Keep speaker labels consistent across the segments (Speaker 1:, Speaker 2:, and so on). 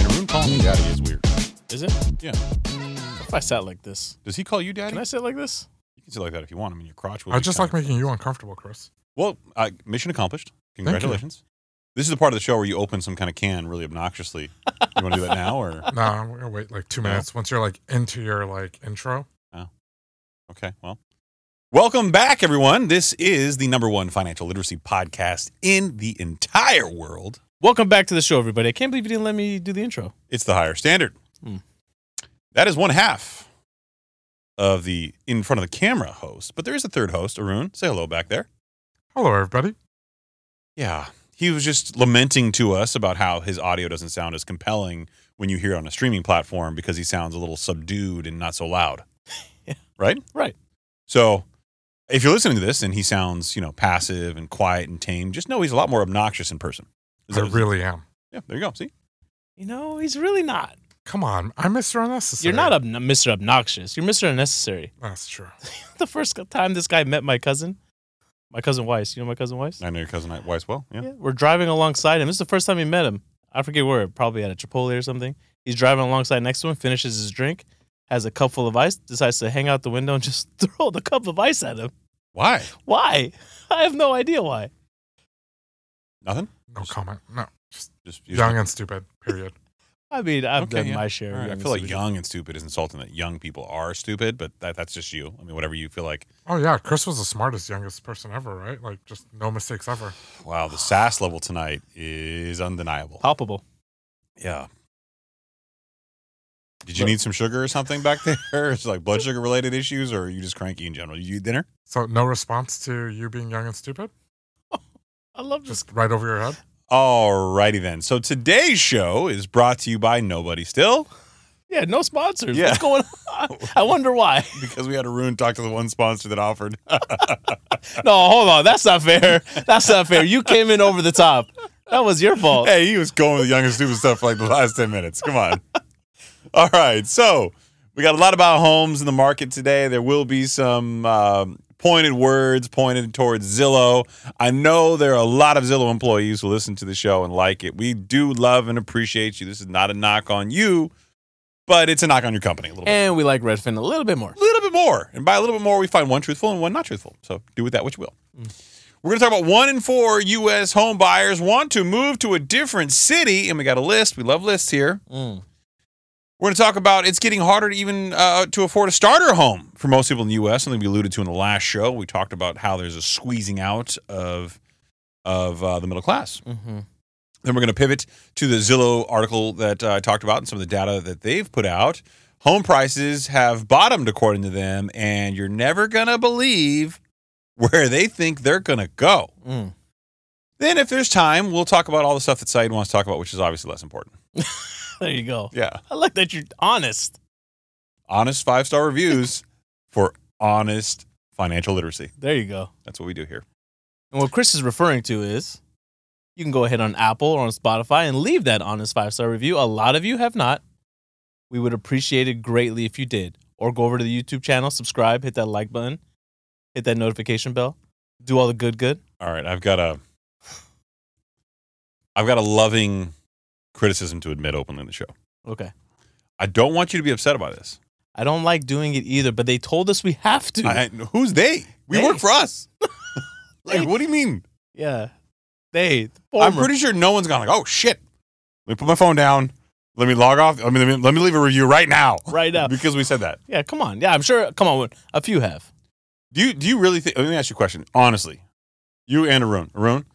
Speaker 1: daddy is weird.
Speaker 2: Is it?
Speaker 1: Yeah.
Speaker 2: What if I sat like this?
Speaker 1: Does he call you daddy?
Speaker 2: Can I sit like this?
Speaker 1: you can say like that if you want. I mean, your crotch will.
Speaker 3: I
Speaker 1: be
Speaker 3: just
Speaker 1: kinda-
Speaker 3: like making you uncomfortable, Chris.
Speaker 1: Well, uh, mission accomplished.
Speaker 3: you.
Speaker 1: Congratulations. This is the part of the show where you open some kind of can really obnoxiously. You want to do that now or
Speaker 3: No, I'm gonna wait like two
Speaker 1: No?
Speaker 3: minutes once you're like into your like intro.
Speaker 1: okay? Well, welcome back, everyone. This is the number one financial literacy podcast in the entire world.
Speaker 2: Welcome back to the show, everybody. I can't believe you didn't let me do the intro.
Speaker 1: It's the higher standard.
Speaker 2: Hmm.
Speaker 1: That is one half of the in front of the camera host, but there is a third host, Arun. Say hello back there.
Speaker 3: Hello, everybody.
Speaker 1: Yeah. He was just lamenting to us about how his audio doesn't sound as compelling when you hear it on a streaming platform because he sounds a little subdued and not so loud.
Speaker 2: Yeah.
Speaker 1: Right?
Speaker 2: Right.
Speaker 1: So if you're listening to this and he sounds, you know, passive and quiet and tame, just know he's a lot more obnoxious in person. Is
Speaker 3: I
Speaker 1: that-
Speaker 3: really am.
Speaker 1: Yeah, there you go. See?
Speaker 2: You know, he's really not.
Speaker 3: Come on, I Mr. Unnecessary.
Speaker 2: You're not ob- Mr. Obnoxious. You're Mr. Unnecessary.
Speaker 3: That's true.
Speaker 2: the first time this guy met my cousin, my cousin Weiss, you know my cousin Weiss?
Speaker 1: I know your cousin Weiss well. Yeah.
Speaker 2: We're driving alongside him. This is the first time he met him. I forget where, probably at a Chipotle or something. He's driving alongside next to him, finishes his drink, has a cup full of ice, decides to hang out the window and just throw the cup of ice at him.
Speaker 1: Why?
Speaker 2: Why? I have no idea why.
Speaker 1: Nothing?
Speaker 3: No comment. No. Just
Speaker 1: Just you just-
Speaker 3: young and stupid. Period.
Speaker 2: I mean, I've
Speaker 1: Okay,
Speaker 2: done
Speaker 1: yeah.
Speaker 2: my share.
Speaker 1: All
Speaker 2: of
Speaker 1: right, I
Speaker 2: young
Speaker 1: feel like
Speaker 2: stupid
Speaker 1: young and stupid is insulting that young people are stupid, but that, that's just you. I mean, whatever you feel like.
Speaker 3: Oh yeah, Chris was the smartest, youngest person ever, right? Like just no mistakes ever.
Speaker 1: Wow, the sass level tonight is undeniable.
Speaker 2: shit. palpable.
Speaker 1: Yeah. Did you need some sugar or something back there? It's like blood sugar related issues, or are you just cranky in general? You eat dinner?
Speaker 3: So no response to you being young and stupid,
Speaker 2: I love this.
Speaker 3: just right over your head.
Speaker 1: Alrighty then. So today's show is brought to you by Nobody Still
Speaker 2: Yeah, no sponsors.
Speaker 1: Yeah.
Speaker 2: What's going on? I wonder why.
Speaker 1: because we had a ruin talk to the one sponsor that offered.
Speaker 2: No, hold on. That's not fair. That's not fair. You came in over the top. That was your fault.
Speaker 1: hey, he was going with the young and stupid stuff for like the last 10 minutes. Come on. All right. So we got a lot about homes in the market today. There will be some um, pointed words pointed towards Zillow. I know there are a lot of Zillow employees who listen to the show and like it. We do love and appreciate you. This is not a knock on you, but it's a knock on your company a little bit.
Speaker 2: And we like Redfin a little bit more.
Speaker 1: A little bit more. And by a little bit more, we find one truthful and one not truthful. So do with that what you will. We're going to talk about one in four U.S. home buyers want to move to a different city. And we got a list. We love lists here.
Speaker 2: Mm.
Speaker 1: We're going to talk about it's getting harder to even uh, to afford a starter home for most people in the U.S. Something we alluded to in the last show. We talked about how there's a squeezing out of of uh, the middle class.
Speaker 2: hmm
Speaker 1: Then we're going to pivot to the Zillow article that uh, I talked about and some of the data that they've put out. Home prices have bottomed according to them, and you're never going to believe where they think they're going to go.
Speaker 2: Mm.
Speaker 1: Then, if there's time, we'll talk about all the stuff that Said wants to talk about, which is obviously less important.
Speaker 2: There you go.
Speaker 1: Yeah.
Speaker 2: I like that you're honest.
Speaker 1: Honest five star reviews for honest financial literacy.
Speaker 2: There you go.
Speaker 1: That's what we do here.
Speaker 2: And what Chris is referring to is you can go ahead on Apple or on Spotify and leave that honest five star review. A lot of you have not. We would appreciate it greatly if you did. Or go over to the YouTube channel, subscribe, hit that like button, hit that notification bell, do all the good, good.
Speaker 1: All right, I've got a, I've got a loving criticism to admit openly in the show.
Speaker 2: Okay.
Speaker 1: I don't want you to be upset about this.
Speaker 2: I don't like doing it either, but they told us we have to.
Speaker 1: I- I- who's they? We
Speaker 2: They.
Speaker 1: work for us. like,
Speaker 2: They.
Speaker 1: what do you mean?
Speaker 2: yeah. They, the
Speaker 1: I'm
Speaker 2: former-
Speaker 1: pretty sure no one's gone like, oh shit. Let me put my phone down. Let me log off. I mean, let me, let me leave a review right now.
Speaker 2: right now.
Speaker 1: because we said that.
Speaker 2: Yeah, come on. Yeah, I'm sure. Come on. A few have.
Speaker 1: Do you do you really think? Let me ask you a question, honestly. You and Arun, Arun,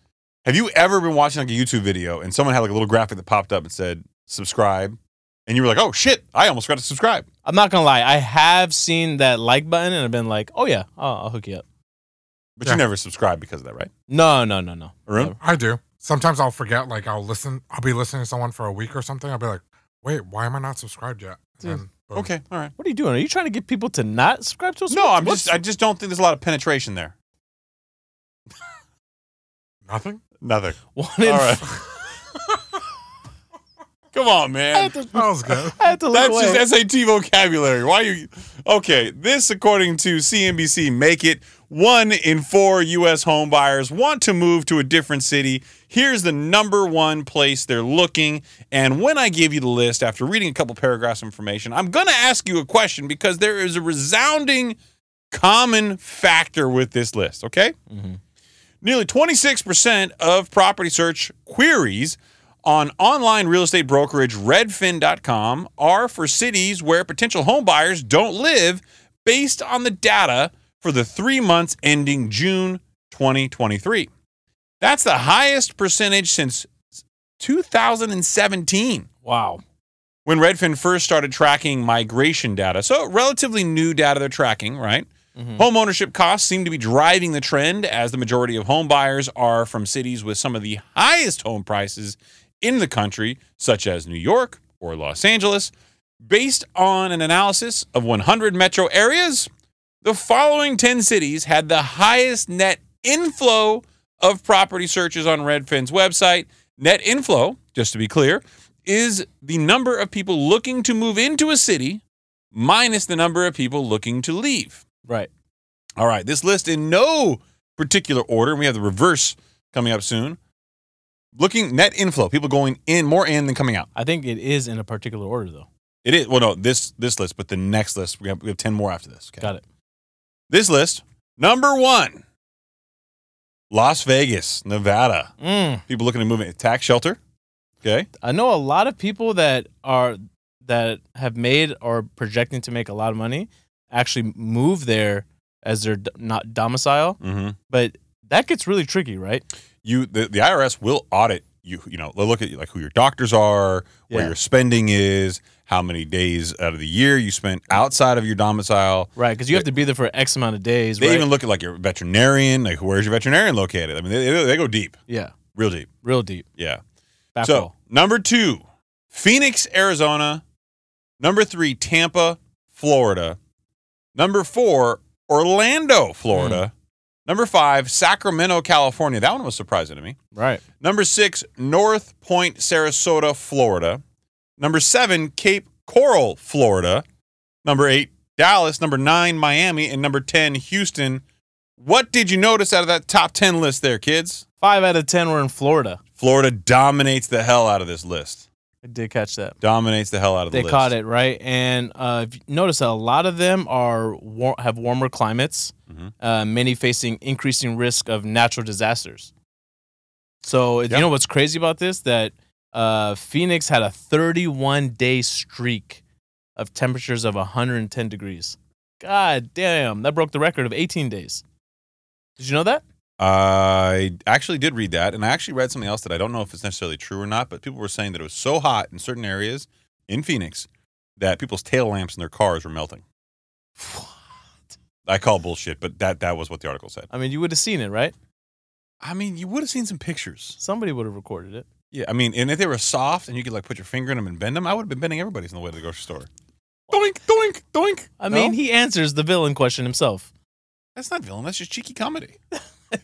Speaker 1: have you ever been watching like a YouTube video and someone had like a little graphic that popped up and said subscribe, and you were like, oh shit, I almost forgot to subscribe.
Speaker 2: I'm not going to lie. I have seen that like button and I've been like, oh, yeah, I'll, I'll hook you up.
Speaker 1: But
Speaker 3: Yeah.
Speaker 1: you never subscribed because of that, right?
Speaker 2: No, no, no, no.
Speaker 1: Arun,
Speaker 2: Never.
Speaker 3: I do. Sometimes I'll forget. Like I'll listen. I'll be listening to someone for a week or something. I'll be like, wait, why am I not subscribed yet?
Speaker 2: Dude.
Speaker 3: then, boom.
Speaker 1: okay, all right.
Speaker 2: What are you doing? Are you trying to get people to not subscribe to us?
Speaker 1: No,
Speaker 2: What-
Speaker 1: I'm
Speaker 2: what's-
Speaker 1: just I just don't think there's a lot of penetration there.
Speaker 3: Nothing.
Speaker 1: Nothing.
Speaker 2: one in.
Speaker 1: All right. Come on,
Speaker 2: I
Speaker 1: man.
Speaker 2: had to,
Speaker 3: That was good.
Speaker 2: I had to look
Speaker 1: That's
Speaker 2: away.
Speaker 1: just SAT vocabulary. Why you? Okay, this according to CNBC, make it One in four U.S. home buyers want to move to a different city. Here's the number one place they're looking. And when I give you the list, after reading a couple paragraphs of information, I'm going to ask you a question because there is a resounding common factor with this list, okay?
Speaker 2: Mhm.
Speaker 1: Nearly 26% of property search queries on online real estate brokerage redfin.com are for cities where potential home buyers don't live based on the data for the 3 months ending June 2023. That's the highest percentage since 2017
Speaker 2: Wow.
Speaker 1: when Redfin first started tracking migration data. So, relatively new data they're tracking, right?
Speaker 2: Mhm.
Speaker 1: Home ownership costs seem to be driving the trend as the majority of home buyers are from cities with some of the highest home prices in the country, such as New York or Los Angeles. Based on an analysis of 100 metro areas, the following 10 cities had the highest net inflow of property searches on Redfin's website. Net inflow, just to be clear, is the number of people looking to move into a city minus the number of people looking to leave.
Speaker 2: Right.
Speaker 1: All right, this list in no particular order. We have the reverse coming up soon. Looking net inflow, people going in more in than coming out.
Speaker 2: I think it is in a particular order though.
Speaker 1: It is well, no, this this list, but the next list we have, we have ten more after this. Okay?
Speaker 2: Got it.
Speaker 1: This list number one, Las Vegas, Nevada.
Speaker 2: Mm.
Speaker 1: People looking to move in tax shelter. Okay,
Speaker 2: I know a lot of people that are that have made or projecting to make a lot of money actually move there as their d- not domicile,
Speaker 1: mm-hmm.
Speaker 2: but that gets really tricky, right?
Speaker 1: you the, the IRS will audit you. You know, they'll look at like who your doctors are, where
Speaker 2: Yeah.
Speaker 1: your spending is, how many days out of the year you spent outside of your domicile.
Speaker 2: Right, because you have to be there for X amount of days.
Speaker 1: They
Speaker 2: right?
Speaker 1: even look at like your veterinarian, like where's your veterinarian located? I mean, they, they, they go deep,
Speaker 2: yeah,
Speaker 1: real deep.
Speaker 2: real deep.
Speaker 1: Yeah.
Speaker 2: Back
Speaker 1: so
Speaker 2: roll.
Speaker 1: number two, Phoenix, Arizona. Number three, Tampa, Florida. Number four, Orlando,
Speaker 2: Hmm.
Speaker 1: Florida. Number five, Sacramento, California. That one was surprising to me.
Speaker 2: right,
Speaker 1: Number six, North Point, Sarasota, Florida. Number seven, Cape Coral, Florida. Number eight, Dallas. Number nine, Miami. And number 10, Houston. What did you notice out of that top 10 list there, kids?
Speaker 2: five out of ten were in Florida.
Speaker 1: Florida dominates the hell out of this list.
Speaker 2: I did catch that.
Speaker 1: Dominates the hell out of the
Speaker 2: They
Speaker 1: list.
Speaker 2: caught it right, and uh, if you notice that a lot of them are war- have warmer climates,
Speaker 1: Mhm.
Speaker 2: uh, many facing increasing risk of natural disasters. So
Speaker 1: Yeah.
Speaker 2: you know what's crazy about this that uh, Phoenix had a 31 day streak of temperatures of 110 degrees. God damn, that broke the record of 18 days. Did you know that?
Speaker 1: I actually did read that, and I actually read something else that I don't know if it's necessarily true or not, but people were saying that it was so hot in certain areas in Phoenix that people's tail lamps in their cars were melting. I call bullshit, but that that was what the article said.
Speaker 2: I mean, you would have seen it, right?
Speaker 1: I mean, you would have seen some pictures.
Speaker 2: Somebody would have recorded it.
Speaker 1: Yeah, I mean, and if they were soft and you could like put your finger in them and bend them, I would have been bending everybody's on the way to the grocery store. Doink, doink, doink.
Speaker 2: I
Speaker 1: No?
Speaker 2: mean, he answers the villain question himself.
Speaker 1: that's not villain. That's just cheeky comedy.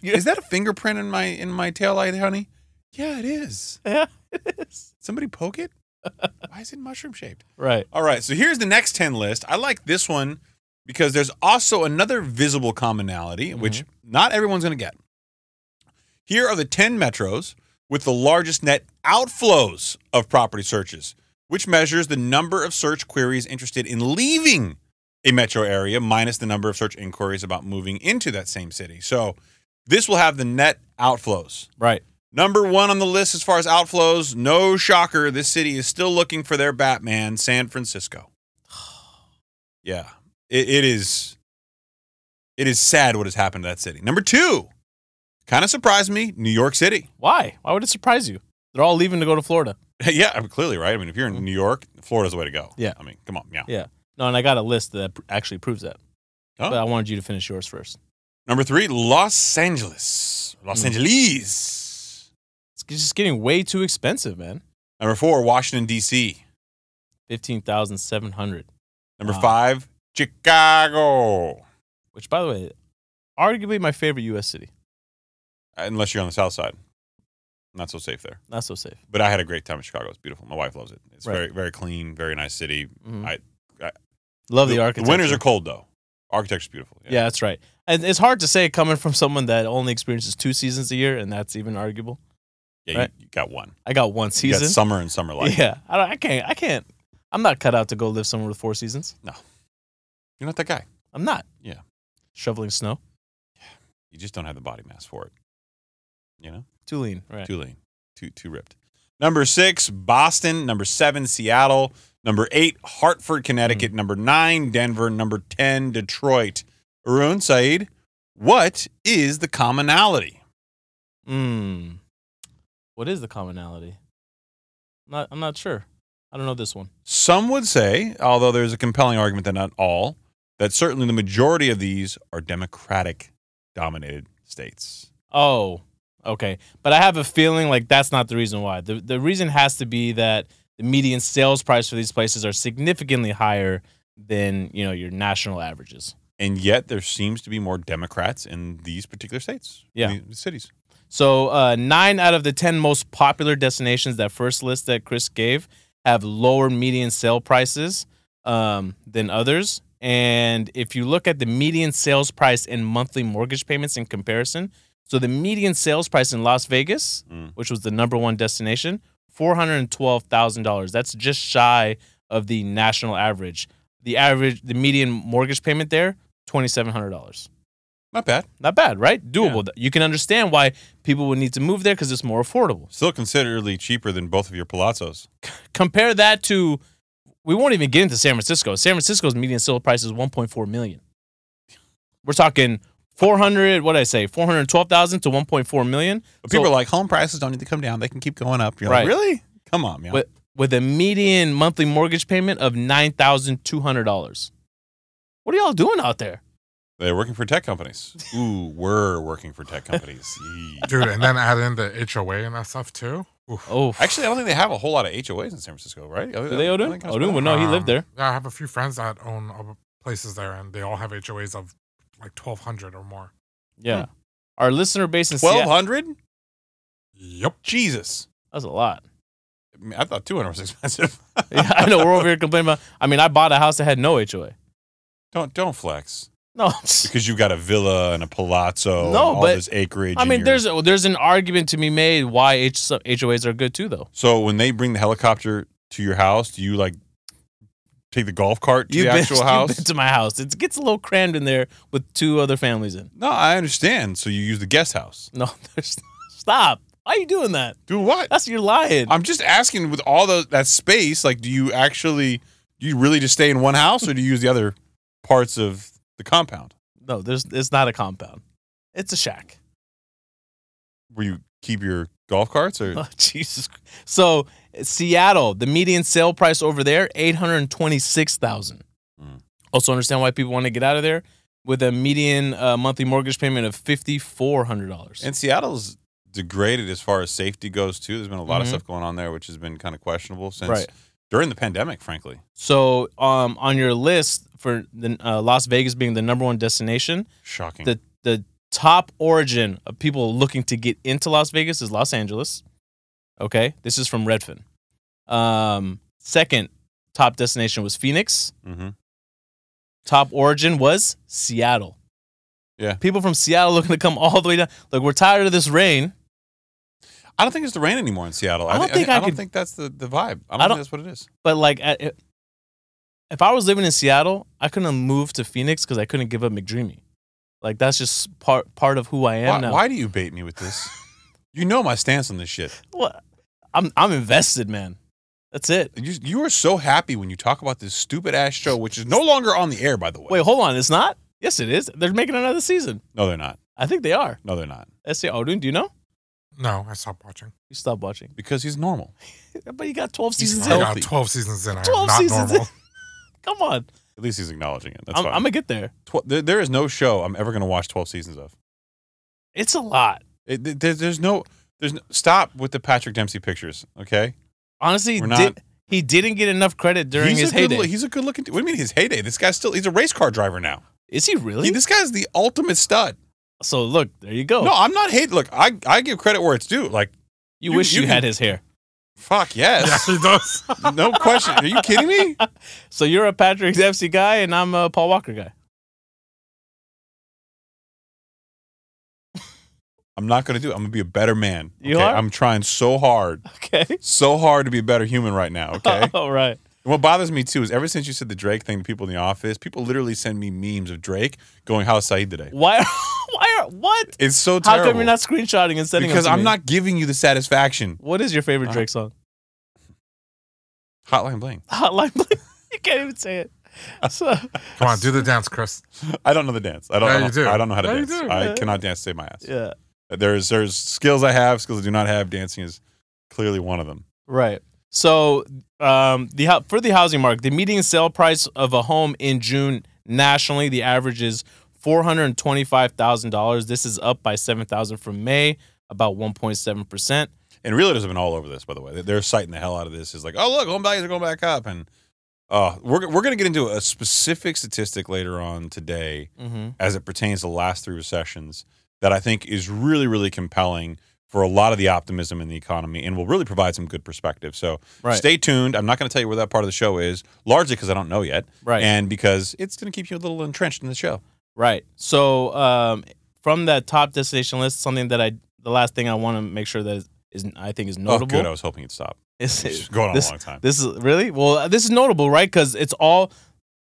Speaker 1: Is that a fingerprint in my in my tail light, honey? Yeah, it is.
Speaker 2: Yeah, it is.
Speaker 1: Somebody poke it. Why is it mushroom shaped?
Speaker 2: Right.
Speaker 1: All right, so here's the next 10 list. I like this one because there's also another visible commonality, which not everyone's going to get. Here are the 10 metros with the largest net outflows of property searches, which measures the number of search queries interested in leaving a metro area minus the number of search inquiries about moving into that same city. So this will have the net outflows.
Speaker 2: Right.
Speaker 1: Number one on the list as far as outflows, no shocker, this city is still looking for their Batman, San Francisco. Yeah, it, it is. It is sad what has happened to that city. Number two, kind of surprised me, New York City.
Speaker 2: Why? Why would it surprise you? They're all leaving to go to Florida.
Speaker 1: yeah, I mean, clearly, right? I mean, if you're in New York, Florida's the way to go.
Speaker 2: Mm-hmm. Yeah.
Speaker 1: I mean, come on, yeah.
Speaker 2: No, and I got a list that pr- actually proves that.
Speaker 1: Oh.
Speaker 2: But I wanted you to finish yours first.
Speaker 1: Number three, Los Angeles. Los
Speaker 2: Mm.
Speaker 1: Angeles.
Speaker 2: It's g- just getting way too expensive, man.
Speaker 1: Number four, Washington, D.C.
Speaker 2: Fifteen thousand seven hundred.
Speaker 1: Number
Speaker 2: Wow.
Speaker 1: five, Chicago.
Speaker 2: Which, by the way, arguably my favorite U.S. city.
Speaker 1: Unless you're on the south side. Not so safe there.
Speaker 2: Not so safe.
Speaker 1: but I had a great time in Chicago. It's beautiful. My wife loves it. It's
Speaker 2: Right.
Speaker 1: very very clean, very nice city.
Speaker 2: Mhm.
Speaker 1: I- I-
Speaker 2: love the, architecture.
Speaker 1: winters are cold though. Architecture's beautiful.
Speaker 2: Yeah. that's right. and it's hard to say coming from someone that only experiences two seasons a year, and that's even arguable.
Speaker 1: Yeah,
Speaker 2: Right.
Speaker 1: you, you got one.
Speaker 2: I got one
Speaker 1: You got
Speaker 2: season.
Speaker 1: summer and summer life.
Speaker 2: yeah, I, don't, I can't. I can't. I'm not cut out to go live somewhere with four seasons.
Speaker 1: You're not that guy.
Speaker 2: I'm not.
Speaker 1: Yeah.
Speaker 2: Shoveling snow.
Speaker 1: You just don't have the body mass for it. You know,
Speaker 2: Too lean. Right.
Speaker 1: too lean, too too ripped. Number six, Boston. Number seven, Seattle. Number eight, Hartford, Connecticut.
Speaker 2: Hmm.
Speaker 1: Number nine, Denver. Number ten, Detroit. Arun Saeed, what is the commonality?
Speaker 2: Hmm. What is the commonality? I'm not. I'm not sure. I don't know this one.
Speaker 1: Some would say, although there's a compelling argument that not all, that certainly the majority of these are Democratic dominated states.
Speaker 2: Oh, okay. But I have a feeling like that's not the reason why. The the reason has to be that the median sales price for these places are significantly higher than, you know, your national averages.
Speaker 1: And yet there seems to be more Democrats in these particular states,
Speaker 2: Yeah.
Speaker 1: in these cities.
Speaker 2: So, uh, 9 out of the 10 most popular destinations that first list that Chris gave have lower median sale prices um, than others. And if you look at the median sales price and monthly mortgage payments in comparison, so the median sales price in Las Vegas
Speaker 1: Mm.
Speaker 2: which was the number one destination, four hundred and twelve thousand dollars. That's just shy of the national average. The average, the median mortgage payment there, twenty seven hundred dollars.
Speaker 1: Not bad.
Speaker 2: Not bad, right? Doable. You can understand why people would need to move there because it's more affordable.
Speaker 1: Still considerably cheaper than both of your palazzos.
Speaker 2: Compare that to, we won't even get into San Francisco. San Francisco's median sale price is one point four million. We're talking four hundred. What did I say? Four hundred twelve thousand to one point four million.
Speaker 1: But
Speaker 2: So-
Speaker 1: people are like, home prices don't need to come down. They can keep going up. You're
Speaker 2: Right.
Speaker 1: like, really? Come on, man.
Speaker 2: with with a median monthly mortgage payment of nine thousand two hundred dollars. What are y'all doing out there?
Speaker 1: They're working for tech companies. Ooh, we're working for tech companies. Yee.
Speaker 3: dude. And then add in the HOA and that stuff too. Oof.
Speaker 2: Oh,
Speaker 1: Actually, I don't think they have a whole lot of HOAs in San Francisco, right?
Speaker 2: do Oh, they Odin? Odin would
Speaker 1: would.
Speaker 2: know. He lived
Speaker 3: Um,
Speaker 2: there.
Speaker 3: Yeah, I have a few friends that own uh, places there, and they all have HOAs of like twelve hundred or more.
Speaker 2: Yeah, our listener base in
Speaker 1: Twelve
Speaker 2: Seattle.
Speaker 1: hundred?
Speaker 3: Yep.
Speaker 1: Jesus.
Speaker 2: That's a lot.
Speaker 1: I, mean, I thought two hundred was expensive.
Speaker 2: Yeah, I know we're over here complaining about. I mean, I bought a house that had no HOA.
Speaker 1: Don't don't flex
Speaker 2: No,
Speaker 1: because you've got a villa and a palazzo.
Speaker 2: No,
Speaker 1: and all
Speaker 2: but-
Speaker 1: this acreage.
Speaker 2: I
Speaker 1: and
Speaker 2: mean,
Speaker 1: you're-
Speaker 2: there's there's an argument to be made why H, HOAs are good too, though.
Speaker 1: so when they bring the helicopter to your house, do you like take the golf cart to the
Speaker 2: been-
Speaker 1: actual
Speaker 2: you've
Speaker 1: house?
Speaker 2: been to my house. It gets a little crammed in there with two other families in.
Speaker 1: no, I understand. So you use the guest house.
Speaker 2: No, there's stop. Why are you doing that?
Speaker 1: Do what?
Speaker 2: That's you're lying.
Speaker 1: I'm just asking. With all the that space, like, do you actually do you really just stay in one house, or do you use the other parts of the compound?
Speaker 2: No, there's it's not a compound. It's a shack.
Speaker 1: Where you keep your golf carts, or
Speaker 2: Oh, Jesus. Christ. So Seattle, the median sale price over there, eight hundred twenty-six thousand.
Speaker 1: Mm.
Speaker 2: Also understand why people want to get out of there with a median uh, monthly mortgage payment of fifty-four hundred dollars.
Speaker 1: And Seattle's degraded as far as safety goes too. There's been a lot of
Speaker 2: Mhm.
Speaker 1: stuff going on there, which has been kind of questionable since
Speaker 2: Right.
Speaker 1: during the pandemic. Frankly,
Speaker 2: So um, on your list for the, uh, Las Vegas being the number one destination,
Speaker 1: shocking.
Speaker 2: the the top origin of people looking to get into Las Vegas is Los Angeles. Okay, this is from Redfin. Um, second top destination was Phoenix.
Speaker 1: hmm
Speaker 2: top origin was Seattle.
Speaker 1: Yeah.
Speaker 2: People from Seattle looking to come all the way down. Look, we're tired of this rain.
Speaker 1: I don't think it's the rain anymore in Seattle.
Speaker 2: I don't
Speaker 1: thi-
Speaker 2: think
Speaker 1: I,
Speaker 2: I
Speaker 1: don't
Speaker 2: could-
Speaker 1: think that's the, the vibe. I don't,
Speaker 2: I
Speaker 1: think
Speaker 2: don't-
Speaker 1: that's what it is.
Speaker 2: But like, I- i- if I was living in Seattle, I couldn't move to Phoenix because I couldn't give up McDreamy. Like that's just part part of who I am
Speaker 1: Why,
Speaker 2: now.
Speaker 1: why do you bait me with this? you know my stance on this shit.
Speaker 2: What? I'm I'm invested, man. That's it.
Speaker 1: You you are so happy when you talk about this stupid ass show, which is no longer on the air, by the way.
Speaker 2: Wait, hold on. It's not. Yes, it is. They're making another season.
Speaker 1: no, they're not.
Speaker 2: I think they are.
Speaker 1: No, they're not.
Speaker 2: SC Odin, do you know?
Speaker 3: No, I stopped watching.
Speaker 2: You stopped watching.
Speaker 1: Because he's normal.
Speaker 2: But you got 12 seasons
Speaker 3: I
Speaker 1: fine.
Speaker 2: in.
Speaker 1: healthy.
Speaker 3: got twelve seasons in. I am
Speaker 2: 12
Speaker 3: not
Speaker 2: seasons in.
Speaker 3: normal.
Speaker 2: Come on.
Speaker 1: At least he's acknowledging it. That's
Speaker 2: I'm,
Speaker 1: fine.
Speaker 2: I'm going to get there.
Speaker 1: Tw- there, there is no show I'm ever going to watch 12 seasons of.
Speaker 2: It's a lot.
Speaker 1: It, th- there, there's no, there's no, stop with the Patrick Dempsey pictures, okay?
Speaker 2: Honestly,
Speaker 1: We're
Speaker 2: did,
Speaker 1: not-
Speaker 2: he didn't get enough credit during
Speaker 1: he's
Speaker 2: his
Speaker 1: a good,
Speaker 2: heyday.
Speaker 1: loo- He's a good looking. dude. what do you mean his heyday? This guy's still. He's a race car driver now.
Speaker 2: Is he really? Oh.
Speaker 1: He, this guy's the ultimate stud.
Speaker 2: so look, there you go.
Speaker 1: No, I'm not hate. Look, I I give credit where it's due. Like,
Speaker 2: you,
Speaker 1: you-
Speaker 2: wish
Speaker 1: you
Speaker 2: you, had
Speaker 1: can-
Speaker 2: his hair.
Speaker 1: fuck
Speaker 3: yeah,
Speaker 1: yes,
Speaker 3: he does.
Speaker 1: no question. Are you kidding me?
Speaker 2: So you're a Patrick Dempsey guy, and I'm a Paul Walker guy.
Speaker 1: I'm not going to do it. I'm going to be a better man.
Speaker 2: You
Speaker 1: okay?
Speaker 2: are?
Speaker 1: I'm trying so hard,
Speaker 2: Okay.
Speaker 1: so hard to be a better human right now. Okay. and
Speaker 2: All right.
Speaker 1: what bothers me too is ever since you said the Drake thing to people in the office, people literally send me memes of Drake going, "How's Saeed today?"
Speaker 2: Why? Why are what?
Speaker 1: It's so
Speaker 2: How
Speaker 1: terrible.
Speaker 2: come you're not screenshotting and sending? them
Speaker 1: because
Speaker 2: to
Speaker 1: I'm
Speaker 2: me?
Speaker 1: not giving you the satisfaction.
Speaker 2: What is your favorite
Speaker 1: Uh,
Speaker 2: Drake song?
Speaker 1: Hotline bling.
Speaker 2: Hotline Bling. you can't even say it. So,
Speaker 3: Come on, do the dance, Chris.
Speaker 1: I don't know the dance. I don't.
Speaker 3: Yeah,
Speaker 1: I, don't
Speaker 3: you do.
Speaker 1: I don't know how to
Speaker 3: Yeah, you
Speaker 1: dance.
Speaker 3: do.
Speaker 1: I
Speaker 2: Yeah.
Speaker 1: cannot dance to save my ass.
Speaker 2: yeah.
Speaker 1: There's there's skills I have, skills I do not have. Dancing is clearly one of them.
Speaker 2: Right. So, um, the hou- for the housing market, the median sale price of a home in June nationally, the average is four hundred twenty-five thousand dollars. This is up by seven thousand from May, about one point seven percent.
Speaker 1: And realtors have been all over this, by the way. They're- They're citing the hell out of this. Is like, oh look, home values are going back up, and uh, we're we're gonna get into a specific statistic later on today
Speaker 2: Mm-hmm.
Speaker 1: as it pertains to the last three recessions that I think is really really compelling for a lot of the optimism in the economy and will really provide some good perspective. So
Speaker 2: Right.
Speaker 1: stay tuned. I'm not gonna tell you where that part of the show is, largely because I don't know yet,
Speaker 2: right.
Speaker 1: and because it's gonna keep you a little entrenched in the show.
Speaker 2: Right. So um, from that top destination list, something that I the last thing I want to make sure that is, is I think is
Speaker 1: Oh,
Speaker 2: notable.
Speaker 1: good. I was hoping you'd stop.
Speaker 2: is-
Speaker 1: It's just going on
Speaker 2: this,
Speaker 1: a long time.
Speaker 2: this is really well. uh, This is notable, right? Because it's all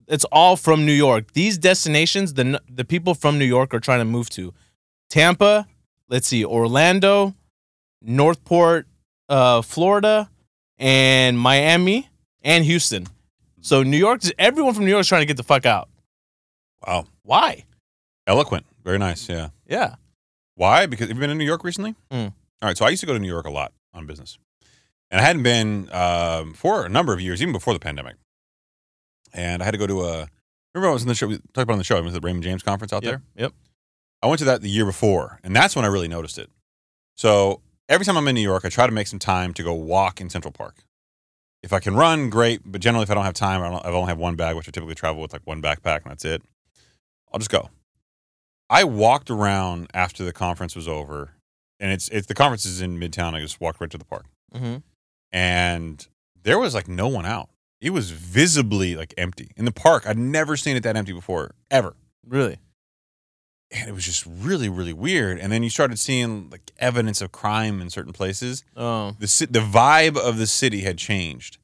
Speaker 2: it's all from New York. These destinations, the n- the people from New York are trying to move to Tampa. Let's see, Orlando, Northport, uh, Florida, and Miami and Houston. So New York, everyone from New York is trying to get the fuck out.
Speaker 1: Wow.
Speaker 2: Why?
Speaker 1: Eloquent. Very nice. Yeah.
Speaker 2: Yeah.
Speaker 1: Why? Because have you been in New York recently?
Speaker 2: Mm.
Speaker 1: All right. So I used to go to New York a lot on business, and I hadn't been um, for a number of years, even before the pandemic. And I had to go to a. Remember, I was in the show. We talked about it on the show. I went to the Raymond James conference out
Speaker 2: Yep,
Speaker 1: there.
Speaker 2: Yep.
Speaker 1: I went to that the year before, and that's when I really noticed it. So every time I'm in New York, I try to make some time to go walk in Central Park. If I can run, great. But generally, if I don't have time, I, don't, I only have one bag, which I typically travel with like one backpack, and that's it. I'll just go. I walked around after the conference was over, and it's it's the conference is in Midtown. I just walked right to the park,
Speaker 2: Mm-hmm.
Speaker 1: and there was like no one out. It was visibly like empty in the park. I'd never seen it that empty before, ever
Speaker 2: Really?
Speaker 1: and it was just really really weird and then you started seeing like evidence of crime in certain places
Speaker 2: Oh,
Speaker 1: the ci- the vibe of the city had changed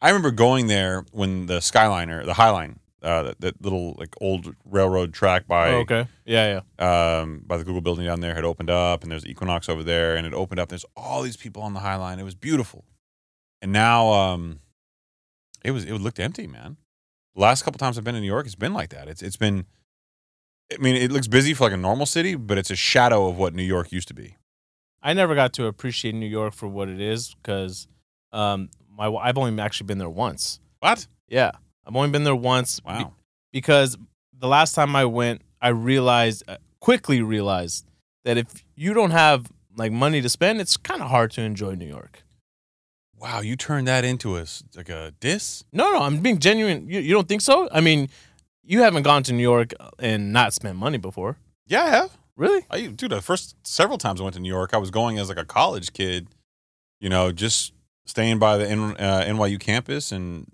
Speaker 1: i remember going there when the skyliner the highline uh, that, that little like old railroad track by
Speaker 2: Oh, okay. Yeah,
Speaker 1: um, by the Google building down there had opened up, and there's Equinox over there, and it opened up. There's all these people on the High Line. It was beautiful, and now um, it was it looked empty, man. Last couple times I've been in New York, it's been like that. It's it's been, I mean, it looks busy for like a normal city, but it's a shadow of what New York used to be.
Speaker 2: I never got to appreciate New York for what it is because um, my wi- I've only actually been there once.
Speaker 1: What?
Speaker 2: Yeah, I've only been there once. be-
Speaker 1: Wow.
Speaker 2: because the last time I went, I realized uh, quickly realized that if you don't have like money to spend, it's kind of hard to enjoy New York.
Speaker 1: Wow, you turned that into a s- like a diss.
Speaker 2: No, no, I'm being genuine. You, you don't think so? I mean, you haven't gone to New York uh, and not spent money before,
Speaker 1: Yeah, I have.
Speaker 2: really?
Speaker 1: I dude, the first several times I went to New York, I was going as like a college kid, you know, just staying by the N, uh, NYU campus and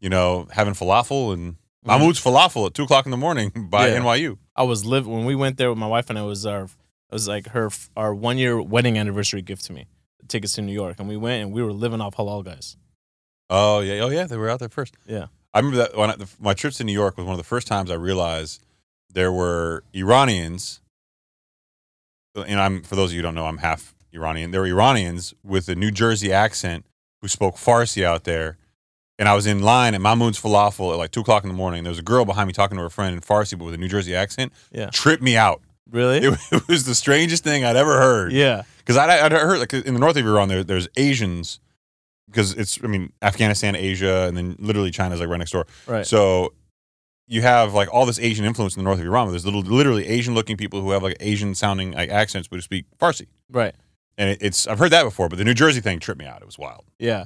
Speaker 1: you know having falafel and Mahmoud's falafel at two o'clock in the morning by
Speaker 2: Mm-hmm. Yeah.
Speaker 1: NYU.
Speaker 2: I was live when we went there with my wife and I was our it was like her our one year wedding anniversary gift to me tickets to New York and we went and we were living off halal guys.
Speaker 1: Oh yeah, oh yeah, they were out there first.
Speaker 2: Yeah.
Speaker 1: I remember that when I, the, my trips to New York was one of the first times I realized there were Iranians. And I'm for those of you who don't know, I'm half Iranian. There were Iranians with a New Jersey accent who spoke Farsi out there. And I was in line at Mahmoud's Falafel at like two o'clock in the morning. There was a girl behind me talking to her friend in Farsi, but with a New Jersey accent.
Speaker 2: Yeah.
Speaker 1: tripped me out.
Speaker 2: Really?
Speaker 1: It, it was the strangest thing I'd ever heard
Speaker 2: yeah.
Speaker 1: because I'd, I'd heard like in the north of Iran there there's Asians because it's I mean Afghanistan, Asia, and then literally China's like right next door.
Speaker 2: Right.
Speaker 1: So you have like all this Asian influence in the north of Iran. But there's little literally Asian looking people who have like Asian sounding like accents but who speak Farsi.
Speaker 2: right.
Speaker 1: And it, it's I've heard that before, but the New Jersey thing tripped me out. It was wild.
Speaker 2: Yeah.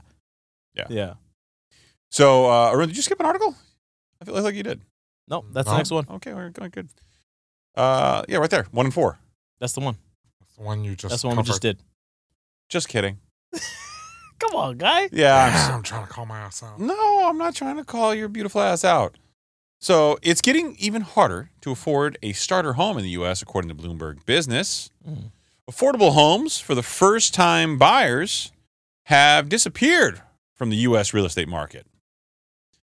Speaker 1: Yeah.
Speaker 2: Yeah.
Speaker 1: So uh, Arun, did you skip an article? I feel like you did.
Speaker 2: No, that's
Speaker 3: No.
Speaker 2: the next one.
Speaker 1: Okay, we're going good. Uh, yeah, right there, one and four.
Speaker 2: That's the one.
Speaker 3: That's the one you just.
Speaker 2: That's the one we just
Speaker 3: covered.
Speaker 2: did.
Speaker 1: Just kidding.
Speaker 2: Come on, guy.
Speaker 1: Yeah, I'm,
Speaker 3: I'm trying to call my ass out.
Speaker 1: No, I'm not trying to call your beautiful ass out. So it's getting even harder to afford a starter home in the U.S., according to Bloomberg Business.
Speaker 2: Mm.
Speaker 1: affordable homes for the first time buyers have disappeared from the U.S. real estate market.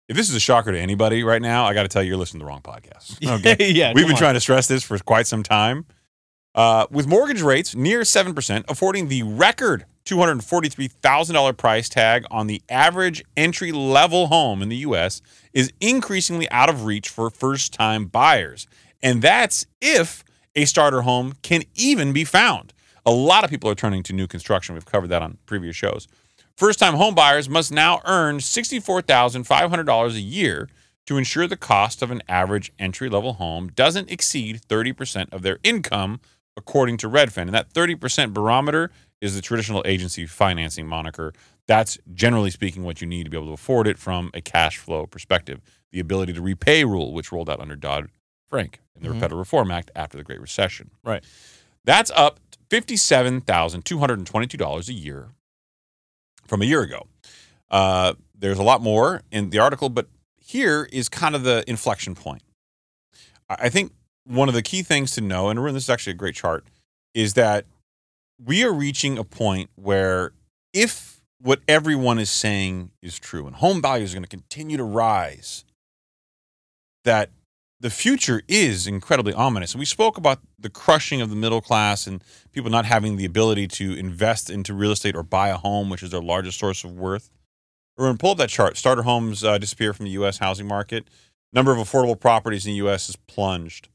Speaker 1: If this is a shocker to anybody right now, I got to tell you, you're listening to the wrong podcast. Okay.
Speaker 2: yeah.
Speaker 1: We've
Speaker 2: come
Speaker 1: been
Speaker 2: on.
Speaker 1: trying to stress this for quite some time. Uh, with mortgage rates near 7%, affording the record $243,000 price tag on the average entry level home in the U.S. is increasingly out of reach for first time buyers. And that's if a starter home can even be found. A lot of people are turning to new construction. We've covered that on previous shows. First time home buyers must now earn $64,500 a year to ensure the cost of an average entry level home doesn't exceed 30% of their income, according to Redfin. And that 30% barometer is the traditional agency financing moniker. That's generally speaking what you need to be able to afford it from a cash flow perspective. The ability to repay rule, which rolled out under Dodd Frank in the
Speaker 2: Mhm.
Speaker 1: Federal Reform Act after the Great Recession.
Speaker 2: Right.
Speaker 1: That's up $57,222 a year from a year ago. Uh, there's a lot more in the article, but here is kind of the inflection point. I I think one of the key things to know, and this is actually a great chart, is that we are reaching a point where if what everyone is saying is true and home values are going to continue to rise, that the future is incredibly ominous. And we spoke about the crushing of the middle class and people not having the ability to invest into real estate or buy a home, which is their largest source of worth. We're going to pull up that chart. Starter homes uh, disappear from the U.S. housing market. Number of affordable properties in the U.S. has plunged.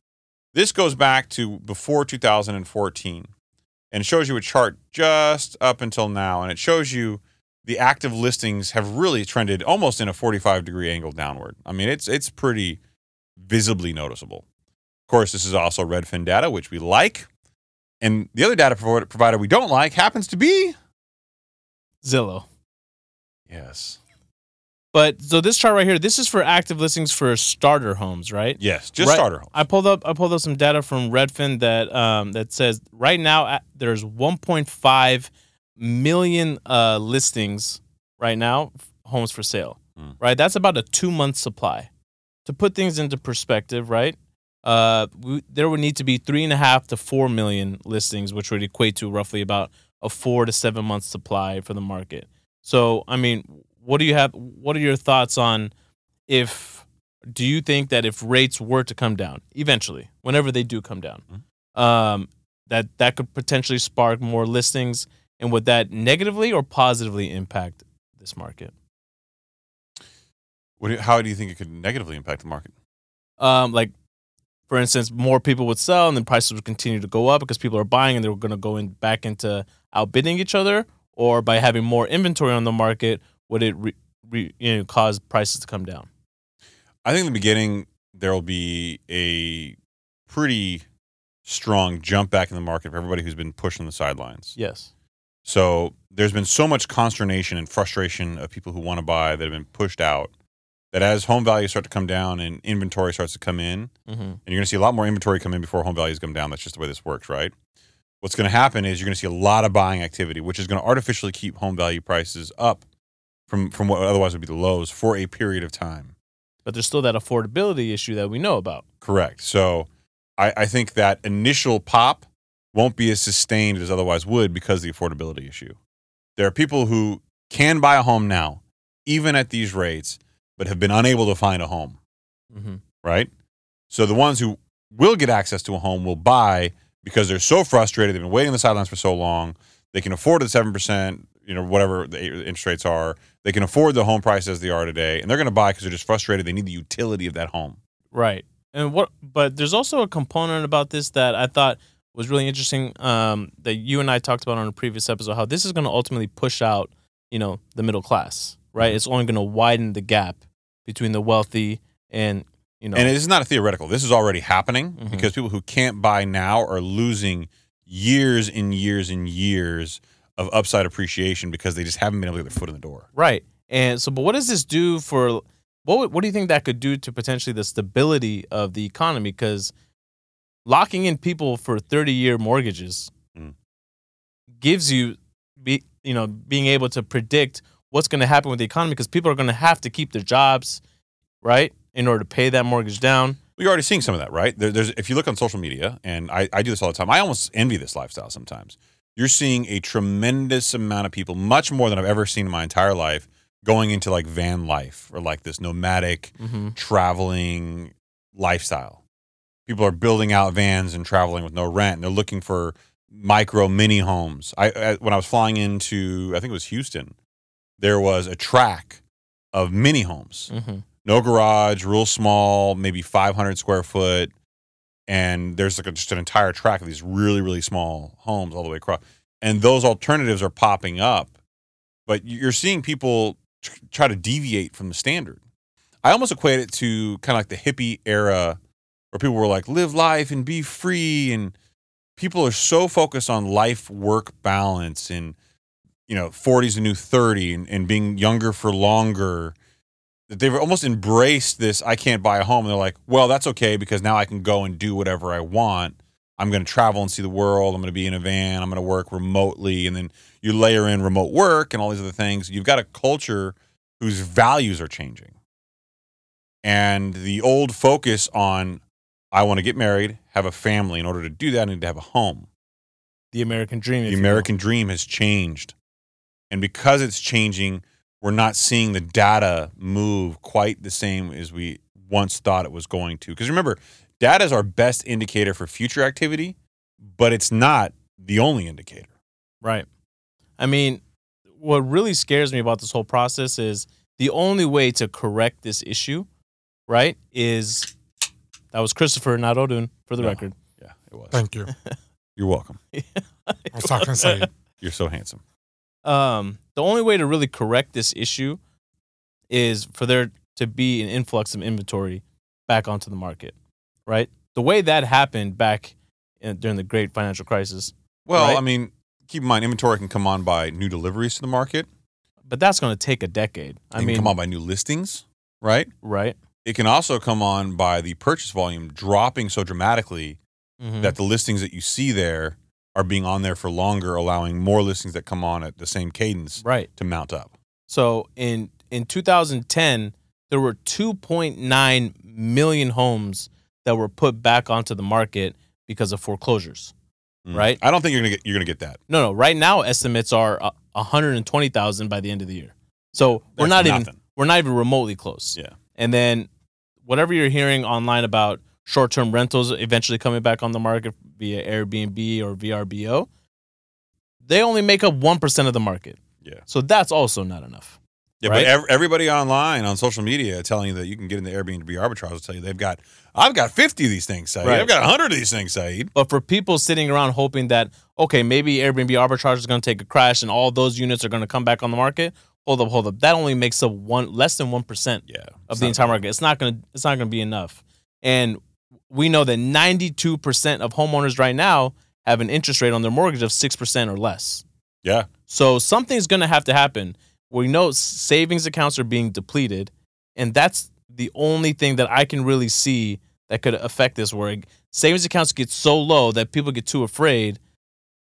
Speaker 1: This goes back to before 2014 and shows you a chart just up until now. And it shows you the active listings have really trended almost in a 45 degree angle downward. I mean, it's, it's pretty visibly noticeable. Of course, this is also Redfin data, which we like. And the other data provider provider we don't like happens to be.
Speaker 2: Zillow.
Speaker 1: Yes.
Speaker 2: But so this chart right here, this is for active listings for starter homes, right?
Speaker 1: Yes. Just
Speaker 2: Right-
Speaker 1: starter home.
Speaker 2: I pulled up I pulled up some data from Redfin that um, that says right now uh, there's 1.5 million uh, listings right now f- homes for sale.
Speaker 1: Mm.
Speaker 2: Right, that's about a two month supply. To put things into perspective, right, uh, we, there would need to be three and a half to four million listings, which would equate to roughly about a four to seven month supply for the market. So, I mean, what do you have? What are your thoughts on if do you think that if rates were to come down eventually, whenever they do come down, um, that that could potentially spark more listings, and would that negatively or positively impact this market?
Speaker 1: What do you- how do you think it could negatively impact the market?
Speaker 2: Um, like, for instance, more people would sell, and then prices would continue to go up because people are buying, and they're going to go in back into outbidding each other, or by having more inventory on the market, would it re, re, you know, cause prices to come down?
Speaker 1: I think in the beginning there will be a pretty strong jump back in the market for everybody who's been pushed on the sidelines.
Speaker 2: Yes.
Speaker 1: So there's been so much consternation and frustration of people who want to buy that have been pushed out that as home values start to come down and inventory starts to come in,
Speaker 2: Mm-hmm.
Speaker 1: and you're going to see a lot more inventory come in before home values come down. That's just the way this works, right? What's going to happen is you're going to see a lot of buying activity, which is going to artificially keep home value prices up from from what otherwise would be the lows for a period of time.
Speaker 2: But there's still that affordability issue that we know about.
Speaker 1: Correct. So I, I think that initial pop won't be as sustained as otherwise would because of the affordability issue. There are people who can buy a home now, even at these rates, but have been unable to find a home.
Speaker 2: Mm-hmm.
Speaker 1: right? So the ones who will get access to a home will buy because they're so frustrated. They've been waiting on the sidelines for so long. They can afford the seven percent, you know, whatever the eight- interest rates are. They can afford the home price as they are today, and they're going to buy because they're just frustrated. They need the utility of that home.
Speaker 2: Right. And what but there's also a component about this that I thought was really interesting um, that you and I talked about on a previous episode how this is going to ultimately push out, you know, the middle class, right? It's only going to widen the gap between the wealthy and, you know,
Speaker 1: And this is not a theoretical. This is already happening
Speaker 2: Mhm.
Speaker 1: because people who can't buy now are losing years and years and years of upside appreciation because they just haven't been able to get their foot in the door.
Speaker 2: right. And so but what does this do for what would- what do you think that could do to potentially the stability of the economy cuz locking in people for 30-year mortgages
Speaker 1: Mm.
Speaker 2: gives you be, you know being able to predict what's going to happen with the economy because people are going to have to keep their jobs right in order to pay that mortgage down
Speaker 1: You're already seeing some of that, right? There, there's if you look on social media, and I, I do this all the time. I almost envy this lifestyle sometimes. You're seeing a tremendous amount of people, much more than I've ever seen in my entire life, going into like van life or like this nomadic
Speaker 2: Mm-hmm.
Speaker 1: traveling lifestyle. People are building out vans and traveling with no rent. And they're looking for micro mini homes. I, I when I was flying into I think it was Houston, there was a track of mini homes,
Speaker 2: Mm-hmm.
Speaker 1: no garage, real small, maybe 500 square foot, and there's like a, just an entire track of these really really small homes all the way across. And those alternatives are popping up, but you're seeing people tr- try to deviate from the standard. I almost equate it to kind of like the hippie era where people were like, live life and be free. And people are so focused on life work balance and, you know, 40s a new 30 and, and being younger for longer that they've almost embraced this I can't buy a home. And they're like, well, that's okay because now I can go and do whatever I want. I'm going to travel and see the world. I'm going to be in a van. I'm going to work remotely. And then you layer in remote work and all these other things. You've got a culture whose values are changing. And the old focus on, I want to get married, have a family. In order to do that, I need to have a home.
Speaker 2: The American dream. if
Speaker 1: The
Speaker 2: you will.
Speaker 1: American dream has changed. And because it's changing, we're not seeing the data move quite the same as we once thought it was going to. Because remember, data is our best indicator for future activity, but it's not the only indicator.
Speaker 2: Right. I mean, what really scares me about this whole process is the only way to correct this issue, right, is that was Christopher, not Odin, for the
Speaker 1: No.
Speaker 2: record.
Speaker 1: Yeah, it was.
Speaker 3: Thank you.
Speaker 1: You're welcome.
Speaker 3: I was talking to say
Speaker 1: You're so handsome.
Speaker 2: um, the only way to really correct this issue is for there to be an influx of inventory back onto the market, right? The way that happened back in, during the great financial crisis,
Speaker 1: Well,
Speaker 2: Right?
Speaker 1: I mean, keep in mind, inventory can come on by new deliveries to the market.
Speaker 2: but that's going to take a decade.
Speaker 1: It
Speaker 2: I
Speaker 1: can
Speaker 2: mean,
Speaker 1: come on by new listings, right?
Speaker 2: right?
Speaker 1: It can also come on by the purchase volume dropping so dramatically
Speaker 2: Mhm.
Speaker 1: that the listings that you see there are being on there for longer, allowing more listings that come on at the same cadence
Speaker 2: right.
Speaker 1: to mount up.
Speaker 2: So in in 2010, there were 2.9 million homes that were put back onto the market because of foreclosures.
Speaker 1: Mm.
Speaker 2: Right.
Speaker 1: I don't think you're gonna get you're gonna get that.
Speaker 2: No, no. Right now, estimates are uh, 120,000 by the end of the year. So we're not
Speaker 1: That's
Speaker 2: even
Speaker 1: nothing.
Speaker 2: we're not even remotely close.
Speaker 1: Yeah.
Speaker 2: And then whatever you're hearing online about short-term rentals eventually coming back on the market via Airbnb or VRBO, they only make up one percent of the market.
Speaker 1: Yeah.
Speaker 2: So that's also not enough.
Speaker 1: Yeah,
Speaker 2: right?
Speaker 1: but ev- everybody online on social media telling you that you can get into Airbnb arbitrage will tell you they've got I've got fifty of these things, Saeed.
Speaker 2: Right.
Speaker 1: I've got hundred of these things, Saeed.
Speaker 2: But for people sitting around hoping that, okay, maybe Airbnb arbitrage is going to take a crash and all those units are going to come back on the market. Hold up, hold up. That only makes up one less than one percent
Speaker 1: Yeah.
Speaker 2: of
Speaker 1: it's
Speaker 2: the
Speaker 1: not-
Speaker 2: entire market. It's not going to it's not going to be enough. And we know that ninety two percent of homeowners right now have an interest rate on their mortgage of six percent or less.
Speaker 1: Yeah.
Speaker 2: So something's going to have to happen. We know s- savings accounts are being depleted, and that's the only thing that I can really see that could affect this. Where it- savings accounts get so low that people get too afraid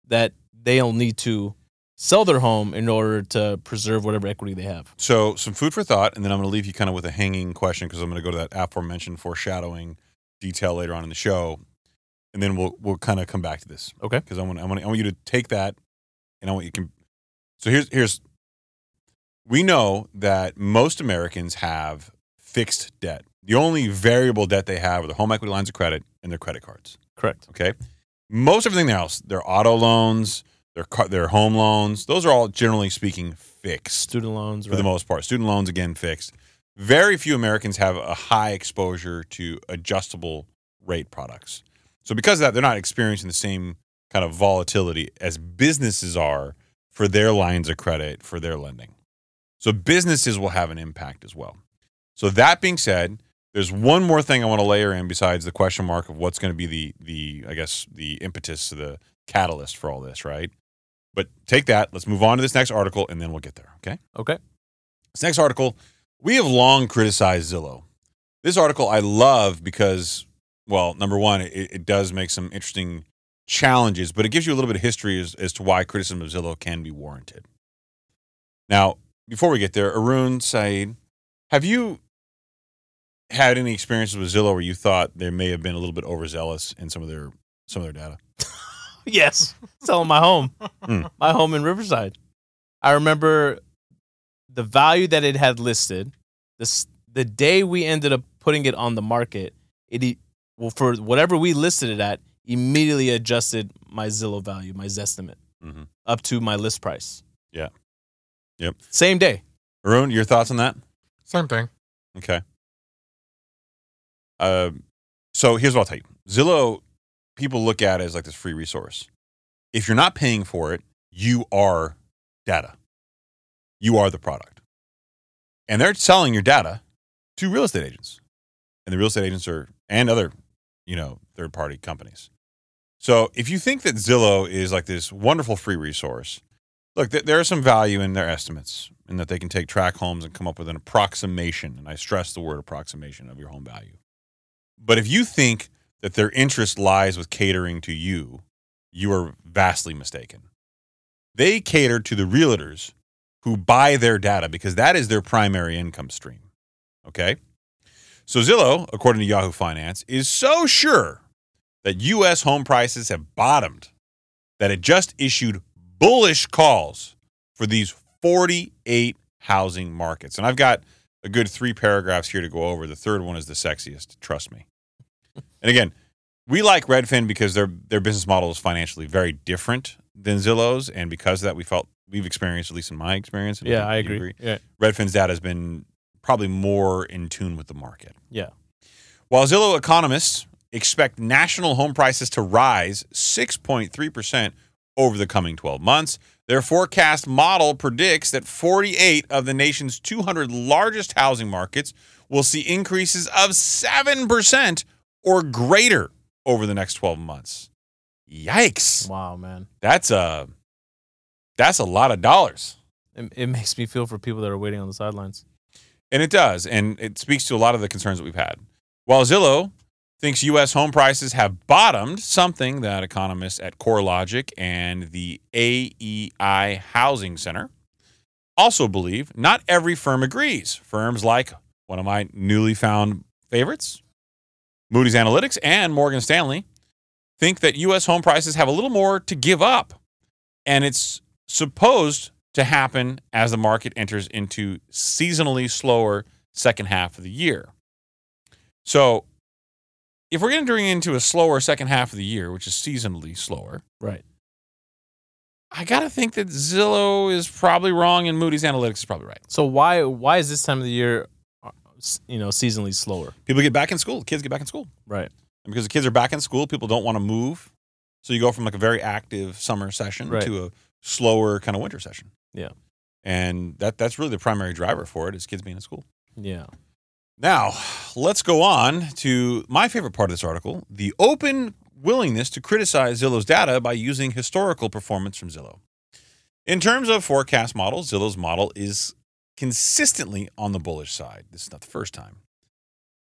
Speaker 2: that they'll need to sell their home in order to preserve whatever equity they have.
Speaker 1: So some food for thought, and then I'm going to leave you kind of with a hanging question because I'm going to go to that aforementioned foreshadowing detail later on in the show, and then we'll we'll kind of come back to this.
Speaker 2: Okay.
Speaker 1: Because I want I want I want you to take that, and I want you can. So here's here's. We know that most Americans have fixed debt. The only variable debt they have are their home equity lines of credit and their credit cards.
Speaker 2: Correct.
Speaker 1: Okay. Most everything else, their auto loans, their car, their home loans, those are all generally speaking fixed
Speaker 2: Student loans,
Speaker 1: for the
Speaker 2: right?
Speaker 1: most part. Student loans, again, fixed. Very few Americans have a high exposure to adjustable rate products. So, because of that, they're not experiencing the same kind of volatility as businesses are for their lines of credit, for their lending. So, businesses will have an impact as well. So, that being said, there's one more thing I want to layer in besides the question mark of what's going to be the, the I guess, the impetus, the catalyst for all this, right? But take that. Let's move on to this next article and then we'll get there. Okay.
Speaker 2: okay.
Speaker 1: This next article, we have long criticized Zillow. This article I love because, well, number one, it, it does make some interesting challenges, but it gives you a little bit of history as, as to why criticism of Zillow can be warranted. Now, before we get there, Arun Saeed, have you had any experiences with Zillow where you thought they may have been a little bit overzealous in some of their some of their data?
Speaker 2: Yes, selling my home,
Speaker 1: Mm.
Speaker 2: my home in Riverside. I remember the value that it had listed. This the day we ended up putting it on the market. It e- well for whatever we listed it at immediately adjusted my Zillow value, my Zestimate,
Speaker 1: Mhm.
Speaker 2: up to my list price.
Speaker 1: Yeah. Yep.
Speaker 2: Same day.
Speaker 1: Arun, your thoughts on that?
Speaker 3: Same thing.
Speaker 1: Okay. Uh, so here's what I'll tell you Zillow, people look at it as like this free resource. If you're not paying for it, you are data, you are the product. And they're selling your data to real estate agents. And the real estate agents are, and other, you know, third party companies. So if you think that Zillow is like this wonderful free resource, look, th- there is some value in their estimates in that they can take track homes and come up with an approximation. And I stress the word approximation of your home value. But if you think that their interest lies with catering to you, you are vastly mistaken. They cater to the realtors who buy their data because that is their primary income stream. Okay? So Zillow, according to Yahoo Finance, is so sure that US home prices have bottomed that it just issued bullish calls for these 48 housing markets. And I've got a good three paragraphs here to go over. The third one is the sexiest, trust me. And again, we like Redfin because their their business model is financially very different than Zillow's, and because of that, we felt we've experienced, at least in my experience. and
Speaker 2: Yeah,
Speaker 1: think
Speaker 2: I
Speaker 1: you
Speaker 2: agree. Yeah.
Speaker 1: Redfin's data has been probably more in tune with the market.
Speaker 2: Yeah.
Speaker 1: While Zillow economists expect national home prices to rise 6.3% over the coming 12 months, their forecast model predicts that 48 of the nation's 200 largest housing markets will see increases of 7% or greater over the next 12 months. Yikes.
Speaker 2: Wow, man.
Speaker 1: That's a that's a lot of dollars.
Speaker 2: It, it makes me feel for people that are waiting on the sidelines.
Speaker 1: And it does. And it speaks to a lot of the concerns that we've had. While Zillow thinks U.S. home prices have bottomed, something that economists at CoreLogic and the AEI Housing Center also believe, not every firm agrees. Firms like one of my newly found favorites, Moody's Analytics and Morgan Stanley, think that U.S. home prices have a little more to give up. And it's supposed to happen as the market enters into seasonally slower second half of the year. So, if we're entering into a slower second half of the year, which is seasonally slower,
Speaker 2: Right.
Speaker 1: I got to think that Zillow is probably wrong and Moody's Analytics is probably right.
Speaker 2: So why why is this time of the year, uh, s- you know, seasonally slower?
Speaker 1: People get back in school, kids get back in school.
Speaker 2: Right.
Speaker 1: And because the kids are back in school, people don't want to move. So you go from like a very active summer session
Speaker 2: Right.
Speaker 1: to a slower kind of winter session.
Speaker 2: Yeah.
Speaker 1: And that that's really the primary driver for it is kids being in school.
Speaker 2: Yeah.
Speaker 1: Now, let's go on to my favorite part of this article the open willingness to criticize Zillow's data by using historical performance from Zillow. In terms of forecast models, Zillow's model is consistently on the bullish side. This is not the first time.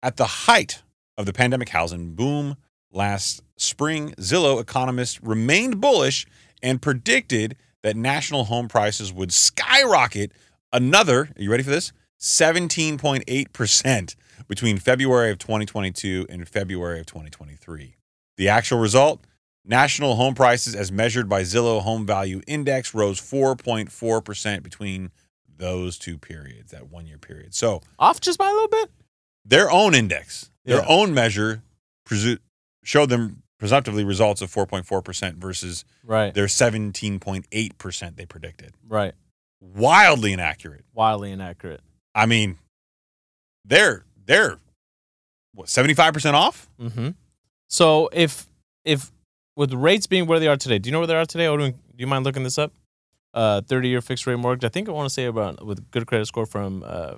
Speaker 1: At the height of the pandemic housing boom last spring, Zillow economists remained bullish and predicted that national home prices would skyrocket another, are you ready for this? 17.8% between February of 2022 and February of 2023. The actual result national home prices, as measured by Zillow Home Value Index, rose 4.4% between those two periods, that one year period. So
Speaker 2: Off just by a little bit.
Speaker 1: their own index, their
Speaker 2: Yeah.
Speaker 1: own measure, presu- showed them presumptively results of 4.4% versus
Speaker 2: Right.
Speaker 1: their 17.8% they predicted.
Speaker 2: Right.
Speaker 1: Wildly inaccurate.
Speaker 2: Wildly inaccurate.
Speaker 1: I mean, they're they're what seventy five percent off.
Speaker 2: Mm-hmm. So if if with rates being where they are today, do you know where they are today? Odin, do you mind looking this up? Uh, thirty-year fixed rate mortgage. I think I want to say about with good credit score from uh,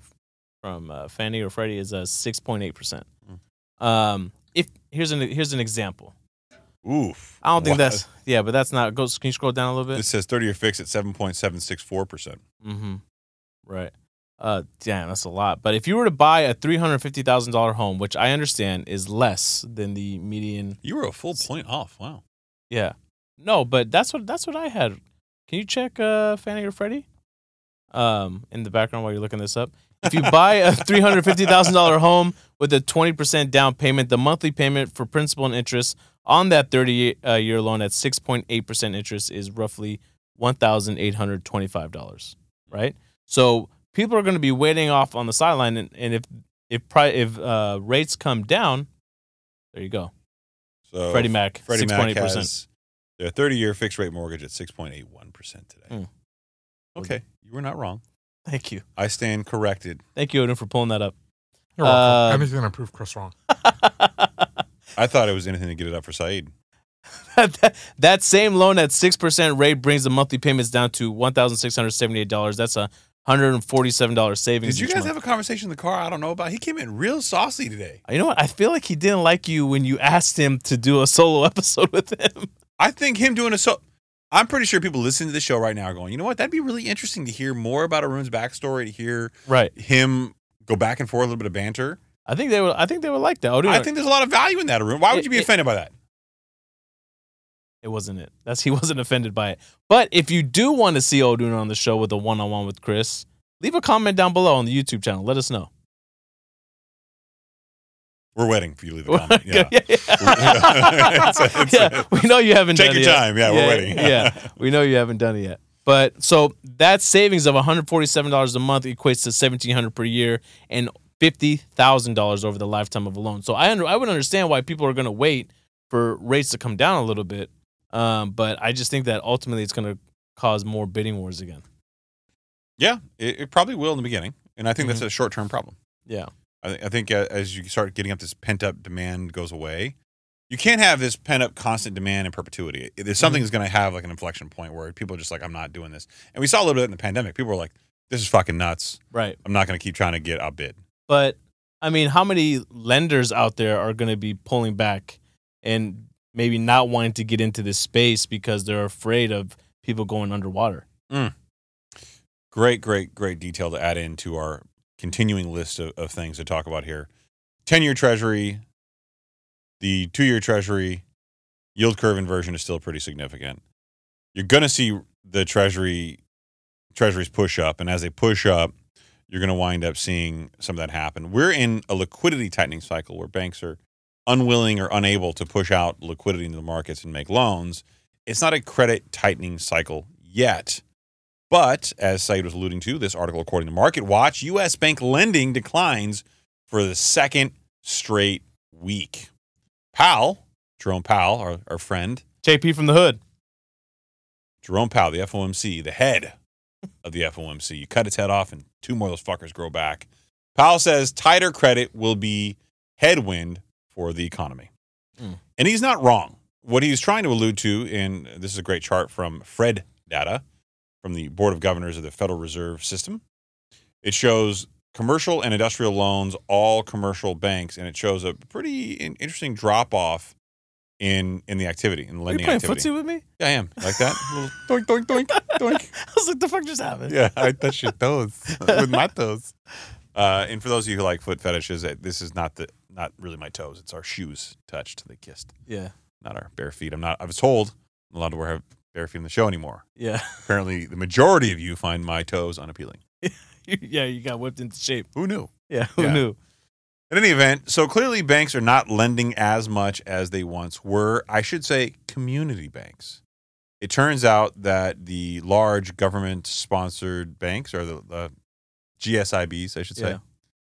Speaker 2: from uh, Fannie or Freddie is a six point eight percent. Um, if here's an here's an example.
Speaker 1: Oof.
Speaker 2: I don't think
Speaker 1: Wow.
Speaker 2: that's yeah, but that's not. Go. Can you scroll down a little bit?
Speaker 1: This says thirty year fix at seven point seven six four percent.
Speaker 2: Mm-hmm. Right. Uh, damn, that's a lot. But if you were to buy a three hundred fifty thousand dollar home, which I understand is less than the median,
Speaker 1: You were a full point off. Wow.
Speaker 2: yeah, no, but that's what that's what I had. Can you check uh, Fannie or Freddie? um, in the background while you're looking this up. If you buy a three hundred fifty thousand dollar home with a twenty percent down payment, the monthly payment for principal and interest on that thirty uh, year loan at six point eight percent interest is roughly one thousand eight hundred twenty five dollars. Right. So people are going to be waiting off on the sideline, and, and if if pri- if uh, rates come down, there you go.
Speaker 1: So
Speaker 2: Freddie Mac,
Speaker 1: Oh, Freddie
Speaker 2: six point
Speaker 1: Mac
Speaker 2: eight percent.
Speaker 1: has their 30 year fixed rate mortgage at 6.81% today.
Speaker 2: Mm.
Speaker 1: Okay. You were not wrong.
Speaker 2: Thank you,
Speaker 1: I stand corrected.
Speaker 2: thank you, Odin, for pulling that up.
Speaker 3: You're welcome.
Speaker 2: Um,
Speaker 3: Anything to prove Chris wrong.
Speaker 1: I thought it was anything to get it up for Saeed.
Speaker 2: that, that same loan at 6% rate brings the monthly payments down to $1,678. That's a $147 savings.
Speaker 1: Did you
Speaker 2: each
Speaker 1: guys
Speaker 2: month.
Speaker 1: have a conversation in the car I don't know about? He came in real saucy today.
Speaker 2: You know what? I feel like he didn't like you when you asked him to do a solo episode with him.
Speaker 1: I think him doing a so. I'm pretty sure people listening to the show right now are going, you know what? That'd be really interesting to hear more about Arun's backstory, to hear
Speaker 2: Right.
Speaker 1: him go back and forth, a little bit of banter.
Speaker 2: I think they would I think they would like that. Odin,
Speaker 1: I think there's a lot of value in that, Arun. Why would
Speaker 2: It-
Speaker 1: you be
Speaker 2: it-
Speaker 1: offended by that?
Speaker 2: It wasn't it. That's he wasn't offended by it. But if you do want to see Odun on the show with a one on one with Chris, leave a comment down below on the YouTube channel. Let us know.
Speaker 1: We're waiting for you to leave a comment. Yeah.
Speaker 2: yeah,
Speaker 1: Yeah. It's a- it's a-
Speaker 2: Yeah, we know you haven't
Speaker 1: Take
Speaker 2: done
Speaker 1: your
Speaker 2: it yet.
Speaker 1: time. Yeah, we're waiting.
Speaker 2: yeah, we know you haven't done it yet. But so that savings of $147 a month equates to $1,700 per year and $50,000 over the lifetime of a loan. So I under, I would understand why people are going to wait for rates to come down a little bit. Um, but I just think that ultimately it's going to cause more bidding wars again.
Speaker 1: Yeah, it, it probably will in the beginning, and I think that's a short term problem.
Speaker 2: Mm-hmm. Yeah.
Speaker 1: I, thi- I think a- as you start getting up, this pent up demand goes away. You can't have this pent up constant demand in perpetuity. There's
Speaker 2: Mm-hmm.
Speaker 1: something that's going to have like an inflection point where people are just like, I'm not doing this. And we saw a little bit in the pandemic. People were like, This is fucking nuts.
Speaker 2: Right.
Speaker 1: I'm not going to keep trying to get outbid.
Speaker 2: But I mean, how many lenders out there are going to be pulling back and maybe not wanting to get into this space because they're afraid of people going underwater?
Speaker 1: Great, great, great detail to add into our continuing list of, of things to talk about here. Ten year Treasury, the two year Treasury yield curve inversion is still pretty significant. You're going to see the Treasury Treasuries push up, and as they push up, you're going to wind up seeing some of that happen. We're in a liquidity tightening cycle where banks are unwilling or unable to push out liquidity into the markets and make loans. It's not a credit tightening cycle yet. But as Said was alluding to, this article, according to Market Watch, U.S. bank lending declines for the second straight week. Powell, Jerome Powell, our, our friend,
Speaker 2: JP from the hood.
Speaker 1: Jerome Powell, the FOMC, the head of the FOMC. You cut its head off and two more of those fuckers grow back. Powell says tighter credit will be headwind for the economy.
Speaker 2: Hmm.
Speaker 1: And he's not wrong. What he's trying to allude to, and this is a great chart from Fred Data from the Board of Governors of the Federal Reserve System. It shows commercial and industrial loans, all commercial banks, and it shows a pretty in- interesting drop off in in the activity, in
Speaker 2: Are you
Speaker 1: lending
Speaker 2: playing
Speaker 1: activity.
Speaker 2: footsie with me?
Speaker 1: Yeah, I am. Like that? Little doink, doink, doink, doink.
Speaker 2: I was like, the fuck just happened?
Speaker 1: Yeah, I touch your toes with my toes. Uh, and for those of you who like foot fetishes, uh, this is not the not really my toes. It's our shoes touched. They kissed,
Speaker 2: Yeah.
Speaker 1: not our bare feet. I'm not. I was told I'm allowed to wear bare feet in the show anymore.
Speaker 2: Yeah.
Speaker 1: Apparently, the majority of you find my toes unappealing.
Speaker 2: yeah, you got whipped into shape.
Speaker 1: Who knew?
Speaker 2: Yeah, who
Speaker 1: Yeah.
Speaker 2: knew?
Speaker 1: In any event, so clearly banks are not lending as much as they once were. I should say community banks. It turns out that the large government sponsored banks, or the, the GSIBs, I should say,
Speaker 2: Yeah.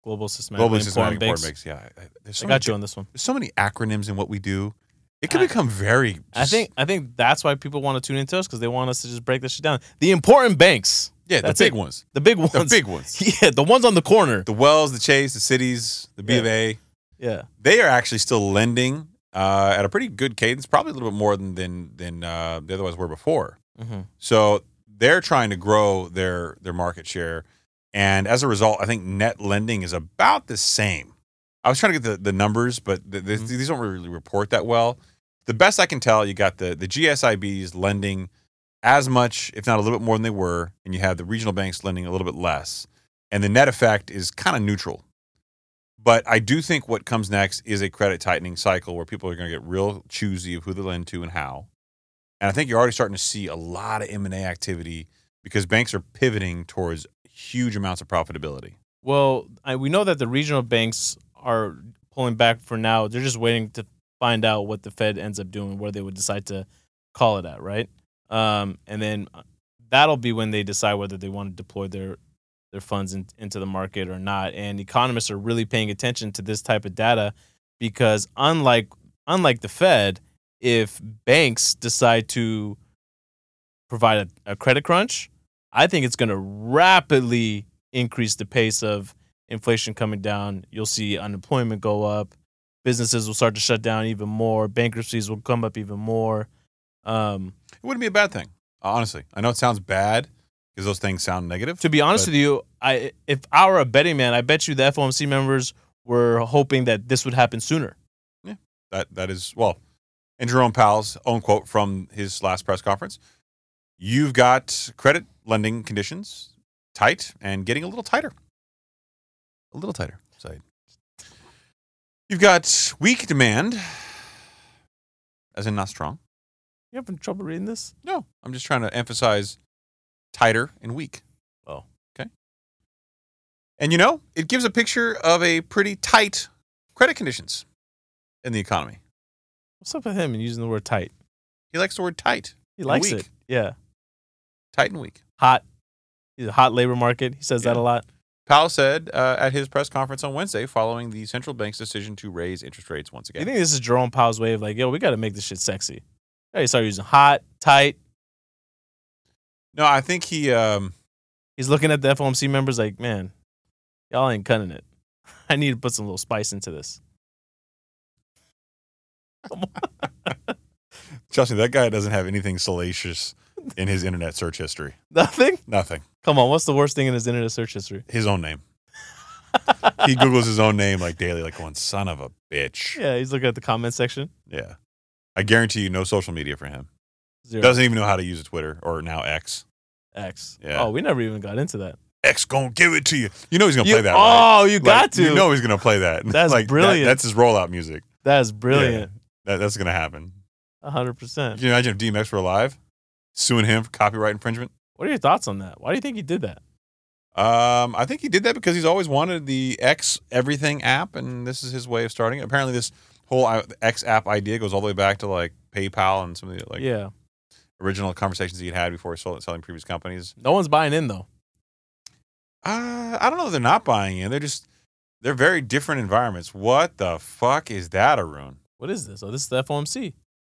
Speaker 2: Global systematic
Speaker 1: globally
Speaker 2: globally
Speaker 1: systematic important
Speaker 2: banks.
Speaker 1: banks. Yeah, I- I- there's so,
Speaker 2: I
Speaker 1: many,
Speaker 2: got you on this one.
Speaker 1: there's so many acronyms in what we do. It can
Speaker 2: I-
Speaker 1: become very.
Speaker 2: I
Speaker 1: just-
Speaker 2: think I think that's why people want to tune into us because they want us to just break this shit down. The important banks,
Speaker 1: yeah, the
Speaker 2: that's
Speaker 1: big
Speaker 2: it.
Speaker 1: ones,
Speaker 2: the big ones,
Speaker 1: the big ones,
Speaker 2: yeah, the ones on the corner.
Speaker 1: the Wells, the Chase, the Cities, the B of A.
Speaker 2: Yeah,
Speaker 1: they are actually still lending uh, at a pretty good cadence, probably a little bit more than than than uh, the other ones were before.
Speaker 2: Mhm.
Speaker 1: So they're trying to grow their their market share, and as a result, I think net lending is about the same. I was trying to get the, the numbers, but th th-
Speaker 2: Mhm.
Speaker 1: these don't really report that well. The best I can tell, you got the the GSIBs lending as much, if not a little bit more than they were, and you have the regional banks lending a little bit less, and the net effect is kind of neutral. But I do think what comes next is a credit tightening cycle where people are going to get real choosy of who they lend to and how. And I think you're already starting to see a lot of M&A activity because banks are pivoting towards huge amounts of profitability.
Speaker 2: Well, I, we know that the regional banks are pulling back for now. They're just waiting to find out what the Fed ends up doing, where they would decide to call it at, right? Um, and then that'll be when they decide whether they want to deploy their their funds in, into the market or not. And economists are really paying attention to this type of data because unlike unlike the Fed, if banks decide to provide a, a credit crunch, I think it's going to rapidly increase the pace of inflation coming down. You'll see unemployment go up. Businesses will start to shut down even more. Bankruptcies will come up even more. Um,
Speaker 1: It wouldn't be a bad thing, honestly. I know it sounds bad because those things sound negative.
Speaker 2: to be honest
Speaker 1: But-
Speaker 2: with you, I if I were a betting man, I bet you the FOMC members were hoping that this would happen sooner.
Speaker 1: That that is well, in Jerome Powell's own quote from his last press conference, you've got credit lending conditions tight and getting a little tighter. A little tighter. Side. You've got weak demand, as in not strong.
Speaker 2: You having trouble reading this?
Speaker 1: No, I'm just trying to emphasize tighter and weak.
Speaker 2: Oh.
Speaker 1: okay. And you know, it gives a picture of a pretty tight credit conditions in the economy.
Speaker 2: What's up with him and using the word tight?
Speaker 1: He likes the word tight,
Speaker 2: He likes
Speaker 1: weak.
Speaker 2: it. Yeah,
Speaker 1: tight and weak.
Speaker 2: hot. He's a hot labor market. He says that
Speaker 1: Yeah.
Speaker 2: a lot.
Speaker 1: Powell said uh, at his press conference on Wednesday following the central bank's decision to raise interest rates once
Speaker 2: You
Speaker 1: again.
Speaker 2: think this is Jerome Powell's way of like, yo, we got to make this shit sexy? Yeah, he started using hot, tight.
Speaker 1: No, I think he. Um,
Speaker 2: He's looking at the FOMC members like, man, y'all ain't cutting it. I need to put some little spice into this.
Speaker 1: trust me, that guy doesn't have anything salacious in his internet search history.
Speaker 2: Nothing?
Speaker 1: Nothing.
Speaker 2: Come on, what's the worst thing in his internet search history?
Speaker 1: His own name. he googles his own name like daily, like going, "Son of a bitch."
Speaker 2: Yeah, he's looking at the comment section.
Speaker 1: Yeah. I guarantee you no social media for him.
Speaker 2: Zero.
Speaker 1: Doesn't even know how to use Twitter or now X.
Speaker 2: X.
Speaker 1: Yeah.
Speaker 2: Oh, we never even got into that.
Speaker 1: X gonna give it to you. You know he's gonna
Speaker 2: You-
Speaker 1: play that. right?
Speaker 2: oh, you
Speaker 1: Like,
Speaker 2: got to.
Speaker 1: You know he's gonna play that.
Speaker 2: That's
Speaker 1: Like, that-
Speaker 2: brilliant.
Speaker 1: that's his rollout music.
Speaker 2: that is brilliant.
Speaker 1: That, that's gonna happen.
Speaker 2: A 100%.
Speaker 1: Can you imagine if DMX were alive, suing him for copyright infringement?
Speaker 2: What are your thoughts on that? Why do you think he did that?
Speaker 1: Um, I think he did that because he's always wanted the X Everything app, and this is his way of starting it. Apparently, this whole i- X app idea goes all the way back to like PayPal and some of the like
Speaker 2: yeah.
Speaker 1: original conversations he had had before he sold selling previous companies.
Speaker 2: No one's buying in, though.
Speaker 1: Uh, I don't know. if They're not buying in. They're just they're very different environments. What the fuck is that, Arun?
Speaker 2: What is this? Oh, this is the FOMC.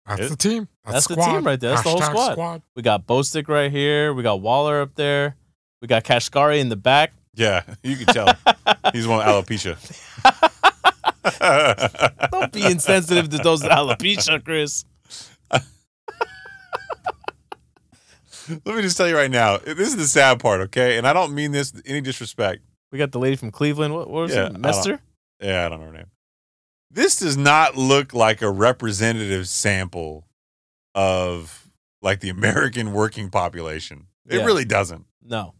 Speaker 3: That's
Speaker 1: It-
Speaker 3: the team.
Speaker 2: That's the team
Speaker 3: squad.
Speaker 2: right there. That's the whole
Speaker 3: Hashtag
Speaker 2: squad. We got Bostick right here. We got Waller up there. We got Kashkari in the back.
Speaker 1: Yeah, you can tell he's one with alopecia.
Speaker 2: Don't be insensitive to those alopecia, Chris.
Speaker 1: Let me just tell you right now. This is the sad part, okay? And I don't mean this with any disrespect.
Speaker 2: We got the lady from Cleveland. What, what was
Speaker 1: Yeah, I
Speaker 2: it?
Speaker 1: don't-
Speaker 2: Mester?
Speaker 1: Yeah, I don't know her name. This does not look like a representative sample of like the American working population. It
Speaker 2: Yeah.
Speaker 1: really doesn't.
Speaker 2: No.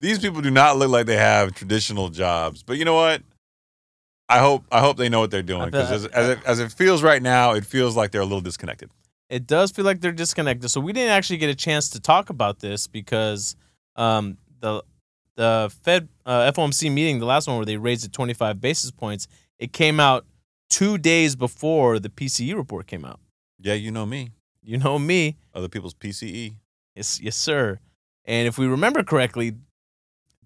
Speaker 1: these people do not look like they have traditional jobs. But you know what? I hope I hope they know what they're doing
Speaker 2: I bet-
Speaker 1: because as, as, it, as it feels right now, it feels like they're a little disconnected.
Speaker 2: It does feel like they're disconnected. So we didn't actually get a chance to talk about this because um, the the Fed uh, FOMC meeting, the last one where they raised it 25 basis points, it came out two days before the PCE report came out.
Speaker 1: Yeah, you know me,
Speaker 2: You know me.
Speaker 1: other people's E. PCE.
Speaker 2: Yes, yes, sir. And if we remember correctly,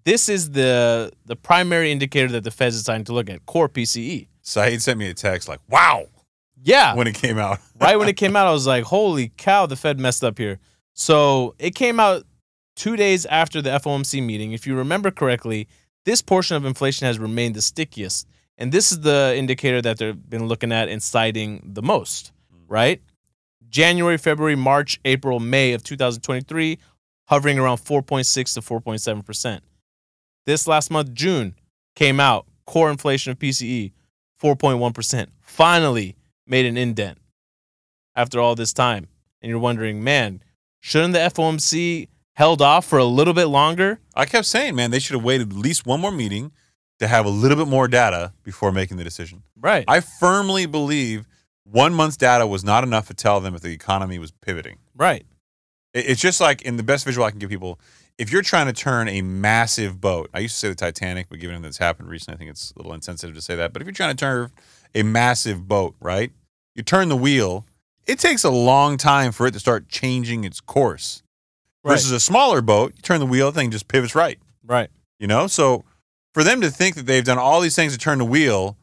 Speaker 2: this is the the primary indicator that the Fed's deciding to look at core PCE.
Speaker 1: Saeed sent me a text like, "Wow!"
Speaker 2: Yeah,
Speaker 1: when it came out.
Speaker 2: right when it came out, I was like, "Holy cow, the Fed messed up here." So it came out two days after the FOMC meeting. If you remember correctly, this portion of inflation has remained the stickiest, and this is the indicator that they've been looking at and citing the most. Right, January, February, March, April, May of 2023, hovering around 4.6 to 4.7 percent. This last month, June came out core inflation of E, PCE 4.1 percent. Finally, made an indent after all this time and you're wondering, man, shouldn't the FOMC held off for a little bit longer?
Speaker 1: I kept saying, "Man, they should have waited at least one more meeting to have a little bit more data before making the decision."
Speaker 2: Right.
Speaker 1: I firmly believe one month's data was not enough to tell them if the economy was pivoting.
Speaker 2: right.
Speaker 1: It- It's just like in the best visual I can give people if you're trying to turn a massive boat, I used to say the Titanic, but given that's happened recently, I think it's a little insensitive to say that. But if you're trying to turn a massive boat, right? You turn the wheel, it takes a long time for it to start changing its course. Versus a smaller boat, you turn the wheel, the thing just pivots right.
Speaker 2: right.
Speaker 1: You know, so for them to think that they've done all these things to turn the wheel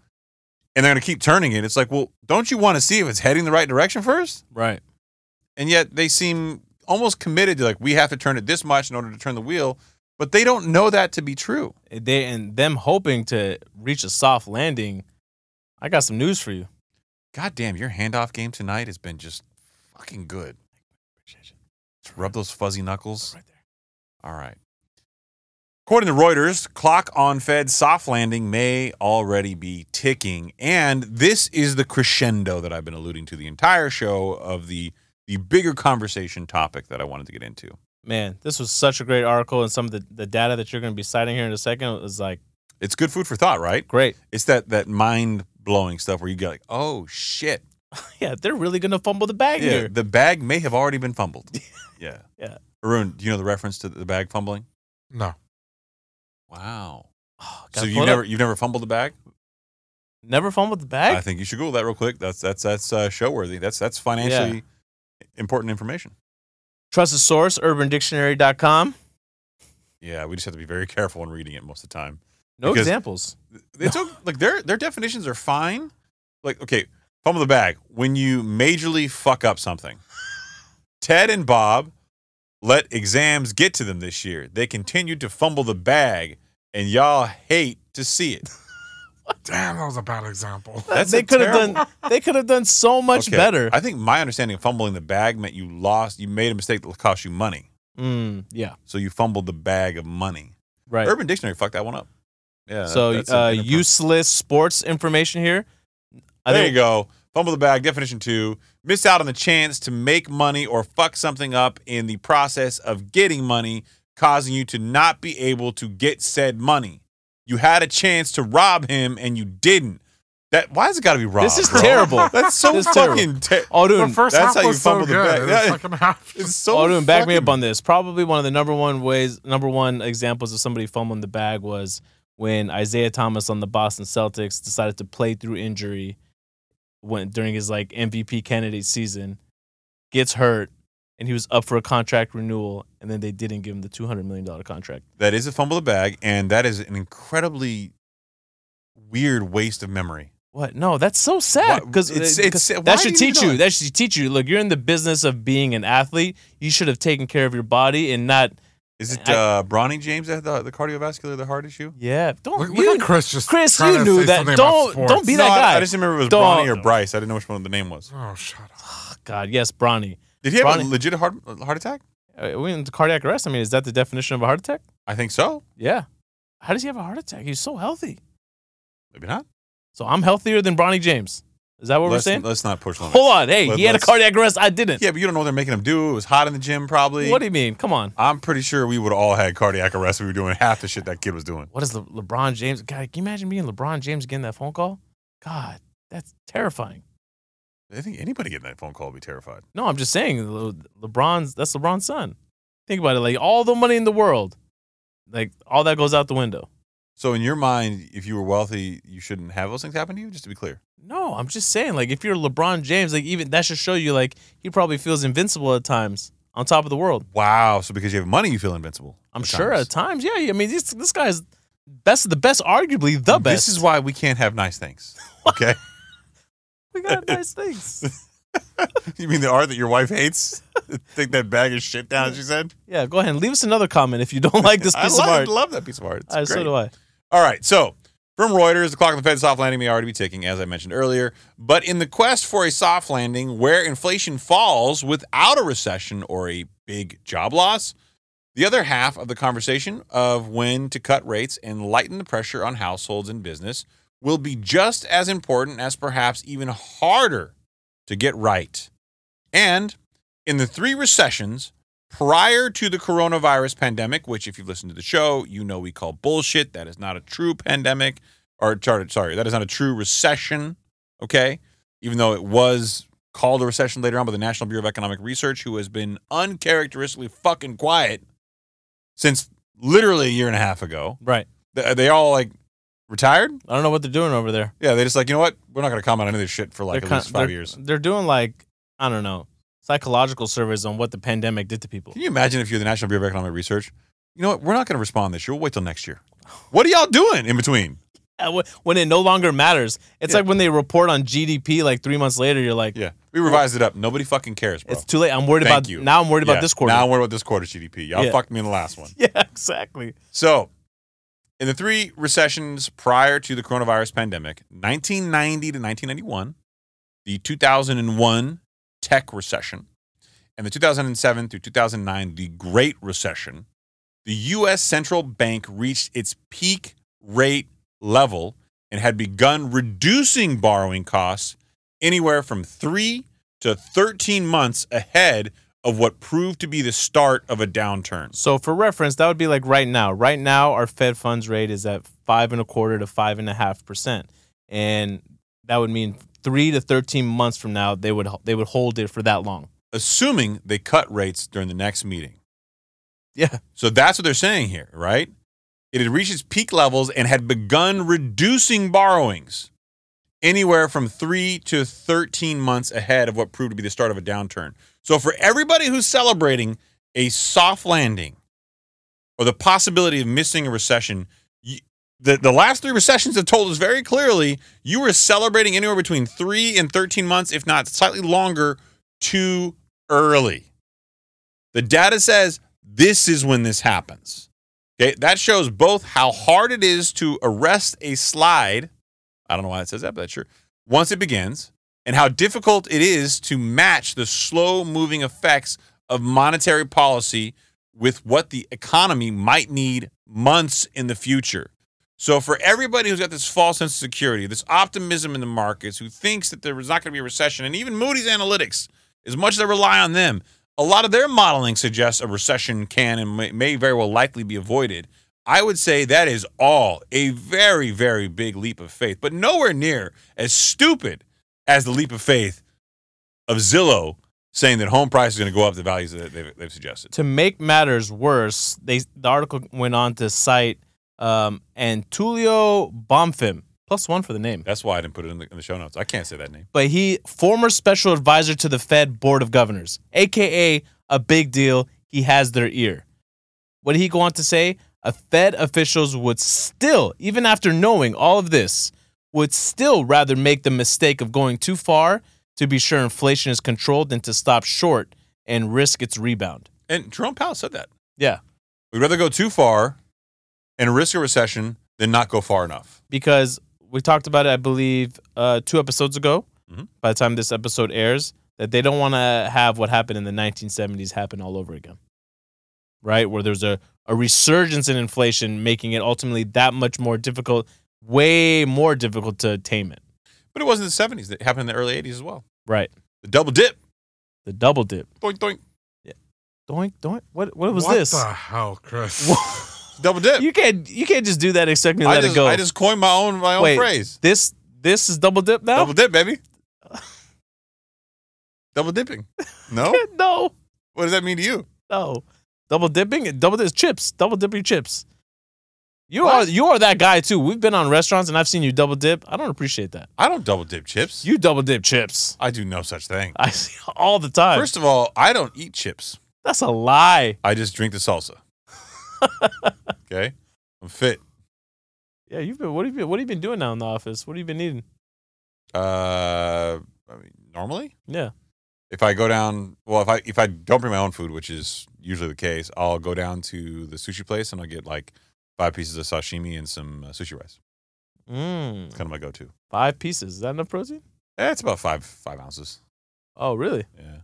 Speaker 1: and they're going to keep turning it, it's like, well, don't you want to see if it's heading the right direction first?
Speaker 2: Right.
Speaker 1: And yet they seem almost committed to like, we have to turn it this much in order to turn the wheel, but they don't know that to be true.
Speaker 2: They and them hoping to reach a soft landing. I got some news for you.
Speaker 1: God damn, your handoff game tonight has been just fucking good. Just rub those fuzzy knuckles.
Speaker 2: Right there.
Speaker 1: All right. According to Reuters, clock on Fed's soft landing may already be ticking. And this is the crescendo that I've been alluding to the entire show of the the bigger conversation topic that I wanted to get into.
Speaker 2: Man, this was such a great article, and some of the, the data that you're going to be citing here in a second is like
Speaker 1: It's good food for thought, right?
Speaker 2: great.
Speaker 1: It's that that mind blowing stuff where you go like, oh shit.
Speaker 2: Yeah, they're really going to fumble the bag
Speaker 1: Yeah,
Speaker 2: here.
Speaker 1: the bag may have already been fumbled. yeah.
Speaker 2: Yeah.
Speaker 1: Arun, do you know the reference to the bag fumbling?
Speaker 3: No.
Speaker 1: Wow.
Speaker 2: Oh,
Speaker 1: So
Speaker 2: gotta
Speaker 1: you
Speaker 2: pull it
Speaker 1: never
Speaker 2: up.
Speaker 1: you've never fumbled the bag?
Speaker 2: never fumbled the
Speaker 1: I
Speaker 2: bag.
Speaker 1: think you should Google that real quick. That's that's that's uh, show worthy. That's that's financially important information.
Speaker 2: Trusted source: UrbanDictionary.com.
Speaker 1: Yeah, we just have to be very careful when reading it most of the time.
Speaker 2: No
Speaker 1: Because-
Speaker 2: examples.
Speaker 1: It's o- like their their definitions are fine. Like okay, fumble the bag when you majorly fuck up something. Ted and Bob let exams get to them this year. They continued to fumble the bag, and y'all hate to see it.
Speaker 3: Damn, that was a bad example.
Speaker 1: That's
Speaker 2: they
Speaker 1: a
Speaker 2: could have
Speaker 1: terrible-
Speaker 2: done. They could have done so much
Speaker 1: Okay,
Speaker 2: better.
Speaker 1: I think my understanding of fumbling the bag meant you lost, you made a mistake that cost you money.
Speaker 2: Mm, yeah.
Speaker 1: So you fumbled the bag of money.
Speaker 2: Right.
Speaker 1: Urban Dictionary fucked that one up. Yeah.
Speaker 2: so
Speaker 1: that's
Speaker 2: uh,
Speaker 1: an inappropriate-
Speaker 2: useless sports information here. I
Speaker 1: there
Speaker 2: think
Speaker 1: you go. Fumble the bag. Definition two: miss out on the chance to make money or fuck something up in the process of getting money, causing you to not be able to get said money. You had a chance to rob him and you didn't. That why has it got to be robbed?
Speaker 2: This is
Speaker 1: bro?
Speaker 2: terrible.
Speaker 1: That's so
Speaker 2: This is terrible.
Speaker 1: fucking. Ter-
Speaker 2: Oh,
Speaker 3: the
Speaker 2: dude.
Speaker 3: first
Speaker 1: that's
Speaker 3: half
Speaker 1: how you
Speaker 3: was so
Speaker 1: fumbled
Speaker 3: good.
Speaker 1: the bag.
Speaker 3: The
Speaker 1: Yeah.
Speaker 3: second half.
Speaker 1: it's
Speaker 3: just-
Speaker 1: so.
Speaker 2: oh, dude. Back me up
Speaker 1: fucking-
Speaker 2: on this. Probably one of the number one ways, number one examples of somebody fumbling the bag was when Isaiah Thomas on the Boston Celtics decided to play through injury when during his like MVP candidate season, gets hurt, and he was up for a contract renewal, and then they didn't give him the two hundred million dollar contract.
Speaker 1: That is a fumble the bag, and that is an incredibly weird waste of memory.
Speaker 2: What? No, that's so sad. uh,
Speaker 1: Why-
Speaker 2: Because
Speaker 1: it's- it's- why
Speaker 2: that
Speaker 1: do
Speaker 2: should
Speaker 1: you
Speaker 2: teach
Speaker 1: do it?
Speaker 2: you. That should teach you. Look, you're in the business of being an athlete. You should have taken care of your body and not.
Speaker 1: Is it
Speaker 2: I-
Speaker 1: uh, Bronny James that had the, the cardiovascular, the heart issue?
Speaker 2: Yeah, don't.
Speaker 3: Look, look
Speaker 2: you,
Speaker 3: at Chris just.
Speaker 2: Chris,
Speaker 3: trying
Speaker 2: you
Speaker 3: to
Speaker 2: knew
Speaker 3: say
Speaker 2: that.
Speaker 3: something about
Speaker 2: Don't- don't
Speaker 1: No,
Speaker 2: be that
Speaker 1: I- I,
Speaker 2: guy.
Speaker 1: just remember it was
Speaker 2: Don't-
Speaker 1: Bronny or Bryce. I didn't know which one the name was.
Speaker 3: Oh, shut up.
Speaker 2: Ah, God, yes, Bronny.
Speaker 1: Did he have a
Speaker 2: Bronny-
Speaker 1: legit heart heart attack?
Speaker 2: Uh, we into cardiac arrest. I mean, is that the definition of a heart attack?
Speaker 1: I think so.
Speaker 2: Yeah. How does he have a heart attack? He's so healthy.
Speaker 1: Maybe not.
Speaker 2: So I'm healthier than Bronny James. Is that what
Speaker 1: let's,
Speaker 2: we're saying?
Speaker 1: let's not push limits.
Speaker 2: Hold on. Hey,
Speaker 1: let-
Speaker 2: he had a
Speaker 1: let's-
Speaker 2: cardiac arrest. I didn't.
Speaker 1: Yeah, but you don't know what they're making him do. It was hot in the gym, probably.
Speaker 2: What do you mean? Come on.
Speaker 1: I'm pretty sure we would all had cardiac arrest if we were doing half the shit that kid was doing.
Speaker 2: What is Le- LeBron James? God, can you imagine being LeBron James getting that phone call? God, that's terrifying.
Speaker 1: I think anybody getting that phone call would be terrified.
Speaker 2: No, I'm just saying Le- LeBron's that's LeBron's son. Think about it, like all the money in the world, like all that goes out the window.
Speaker 1: So in your mind, if you were wealthy, you shouldn't have those things happen to you. Just to be clear.
Speaker 2: No, I'm just saying, like if you're LeBron James, like even that should show you, like he probably feels invincible at times, on top of the world.
Speaker 1: Wow. So because you have money, you feel invincible.
Speaker 2: I'm
Speaker 1: at
Speaker 2: sure
Speaker 1: times.
Speaker 2: at times, yeah. I mean, this this guy's best of the best, arguably the best.
Speaker 1: This is why we can't have nice things. Okay.
Speaker 2: we got nice things.
Speaker 1: you mean the art that your wife hates? Take that bag of shit down, she said.
Speaker 2: Yeah, go ahead and leave us another comment if you don't like this
Speaker 1: I
Speaker 2: piece
Speaker 1: love,
Speaker 2: of art.
Speaker 1: love that piece of art. It's
Speaker 2: All right,
Speaker 1: great.
Speaker 2: so do I.
Speaker 1: All right, so from Reuters, the clock on the Fed soft landing may already be ticking, as I mentioned earlier. But in the quest for a soft landing where inflation falls without a recession or a big job loss, the other half of the conversation of when to cut rates and lighten the pressure on households and business will be just as important as perhaps even harder to get right. And in the three recessions prior to the coronavirus pandemic, which, if you've listened to the show, you know we call bullshit. That is not a true pandemic, or sorry, sorry, that is not a true recession. Okay, even though it was called a recession later on by the National Bureau of Economic Research, who has been uncharacteristically fucking quiet since literally a year and a half ago.
Speaker 2: Right.
Speaker 1: Th- Are they all like retired?
Speaker 2: I don't know what they're doing over there.
Speaker 1: Yeah, they just like you know what? We're not going to comment on any of this shit for like at
Speaker 2: they're kin-
Speaker 1: least five
Speaker 2: they're-
Speaker 1: years.
Speaker 2: They're doing like I don't know psychological surveys on what the pandemic did to people.
Speaker 1: Can you imagine if you're the National Bureau of Economic Research? You know what? We're not going to respond this year. We'll wait till next year. What are y'all doing in between?
Speaker 2: Uh, wh- When it no longer matters, it's
Speaker 1: Yeah.
Speaker 2: like when they report on GDP like three months later. You're like,
Speaker 1: Yeah, we revised it up. Nobody fucking cares, bro.
Speaker 2: it's too late. I'm worried
Speaker 1: Thank
Speaker 2: about
Speaker 1: you.
Speaker 2: now. I'm worried
Speaker 1: Yeah,
Speaker 2: about this quarter.
Speaker 1: Now I'm worried about this quarter's GDP. Y'all
Speaker 2: Yeah.
Speaker 1: fucked me in the last one.
Speaker 2: yeah, exactly.
Speaker 1: So, in the three recessions prior to the coronavirus pandemic, 1990 to 1991, the 2001 tech recession, and the 2007 through 2009, the Great Recession, the U.S. central bank reached its peak rate level and had begun reducing borrowing costs anywhere from three to 13 months ahead of what proved to be the start of a downturn.
Speaker 2: So for reference, that would be like right now. Right now, our Fed funds rate is at five and a quarter to five and a half percent, and that would mean three to thirteen months from now they would they would hold it for that long.
Speaker 1: assuming they cut rates during the next meeting.
Speaker 2: Yeah.
Speaker 1: So that's what they're saying here, right? It had reached its peak levels and had begun reducing borrowings anywhere from three to 13 months ahead of what proved to be the start of a downturn. So for everybody who's celebrating a soft landing or the possibility of missing a recession, you, the, the last three recessions have told us very clearly you were celebrating anywhere between three and 13 months, if not slightly longer, too early. The data says this is when this happens. Okay, that shows both how hard it is to arrest a slide. I don't know why it says that, but sure. Once it begins, and how difficult it is to match the slow moving effects of monetary policy with what the economy might need months in the future. So, for everybody who's got this false sense of security, this optimism in the markets, who thinks that there is not going to be a recession, and even Moody's Analytics, as much as I rely on them, a lot of their modeling suggests a recession can and may, may very well likely be avoided. I would say that is all a very, very big leap of faith, but nowhere near as stupid as the leap of faith of Zillow saying that home price is going to go up the values that they've, they've suggested.
Speaker 2: To make matters worse, they the article went on to cite um, Antulio Bomfim, plus one for the name,
Speaker 1: That's why I didn't put it in the, in the show notes. I can't say that name.
Speaker 2: but he former special advisor to the Fed Board of Governors, aka a big deal. He has their ear. What did he go on to say? A Fed officials would still, even after knowing all of this, would still rather make the mistake of going too far to be sure inflation is controlled than to stop short and risk its rebound.
Speaker 1: And Jerome Powell said that.
Speaker 2: Yeah.
Speaker 1: We'd rather go too far and risk a recession than not go far enough.
Speaker 2: because we talked about it, I believe, uh, two episodes ago.
Speaker 1: Mhm.
Speaker 2: By the time this episode airs, that they don't want to have what happened in the 1970s happen all over again, right? Where there's a, a resurgence in inflation, making it ultimately that much more difficult, way more difficult to tame it,
Speaker 1: But it wasn't the 70s. It happened in the early 80s as well.
Speaker 2: right?
Speaker 1: The double dip.
Speaker 2: The double dip.
Speaker 1: Doink, doink.
Speaker 2: Doink, doink. What, what was
Speaker 3: what
Speaker 2: this?
Speaker 3: the hell, Chris?
Speaker 1: Double dip.
Speaker 2: you can't, you can't just do that. and Expect me to
Speaker 1: I
Speaker 2: let
Speaker 1: just,
Speaker 2: it go.
Speaker 1: I just coined my own my own
Speaker 2: Wait.
Speaker 1: phrase.
Speaker 2: this, this is double dip now.
Speaker 1: Double dip, baby. double dipping. No?
Speaker 2: no.
Speaker 1: what does that mean to you?
Speaker 2: No. Double dipping? Double dip chips. Double dipping chips. You
Speaker 1: What?
Speaker 2: are you are that guy too. We've been on restaurants and I've seen you double dip. I don't appreciate that.
Speaker 1: I don't double dip chips.
Speaker 2: You double dip chips.
Speaker 1: I do no such thing.
Speaker 2: I see all the time.
Speaker 1: First of all, I don't eat chips.
Speaker 2: That's a lie.
Speaker 1: I just drink the salsa. okay? I'm fit.
Speaker 2: Yeah, you've been what have you been what have you been doing now in the office? What have you been eating?
Speaker 1: Uh, I mean, normally?
Speaker 2: Yeah.
Speaker 1: if I go down, well, if I if I don't bring my own food, which is usually the case, I'll go down to the sushi place and I'll get like five pieces of sashimi and some uh, sushi rice.
Speaker 2: Mm.
Speaker 1: It's kind of my go-to.
Speaker 2: Five pieces. Is that enough protein?
Speaker 1: Eh, it's about five five ounces,
Speaker 2: Oh really?
Speaker 1: yeah,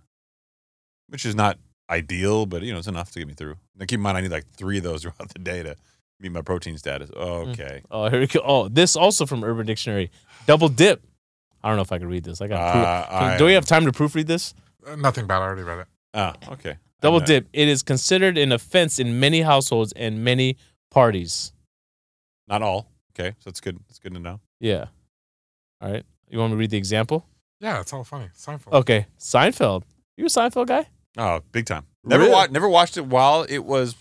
Speaker 1: which is not ideal, but you know it's enough to get me through. Now, keep in mind, I need like three of those throughout the day to meet my protein status. Okay,
Speaker 2: Oh here we go. Oh, this also from Urban Dictionary. Double dip. I don't know if I can read this. I
Speaker 1: uh,
Speaker 2: got
Speaker 1: I,
Speaker 2: Do we have time to proofread this?
Speaker 3: Uh, Nothing bad. I already read it.
Speaker 1: Ah, okay.
Speaker 2: Double
Speaker 1: I'm not-
Speaker 2: dip. It is considered an offense in many households and many parties.
Speaker 1: Not all. Okay, so that's good. That's good to know.
Speaker 2: Yeah. All right. You want me to read the example?
Speaker 3: Yeah, it's all funny. Seinfeld.
Speaker 2: Okay. Seinfeld. You a Seinfeld guy?
Speaker 1: Oh, big time. Never
Speaker 2: Really?
Speaker 1: watched. Never watched it while it was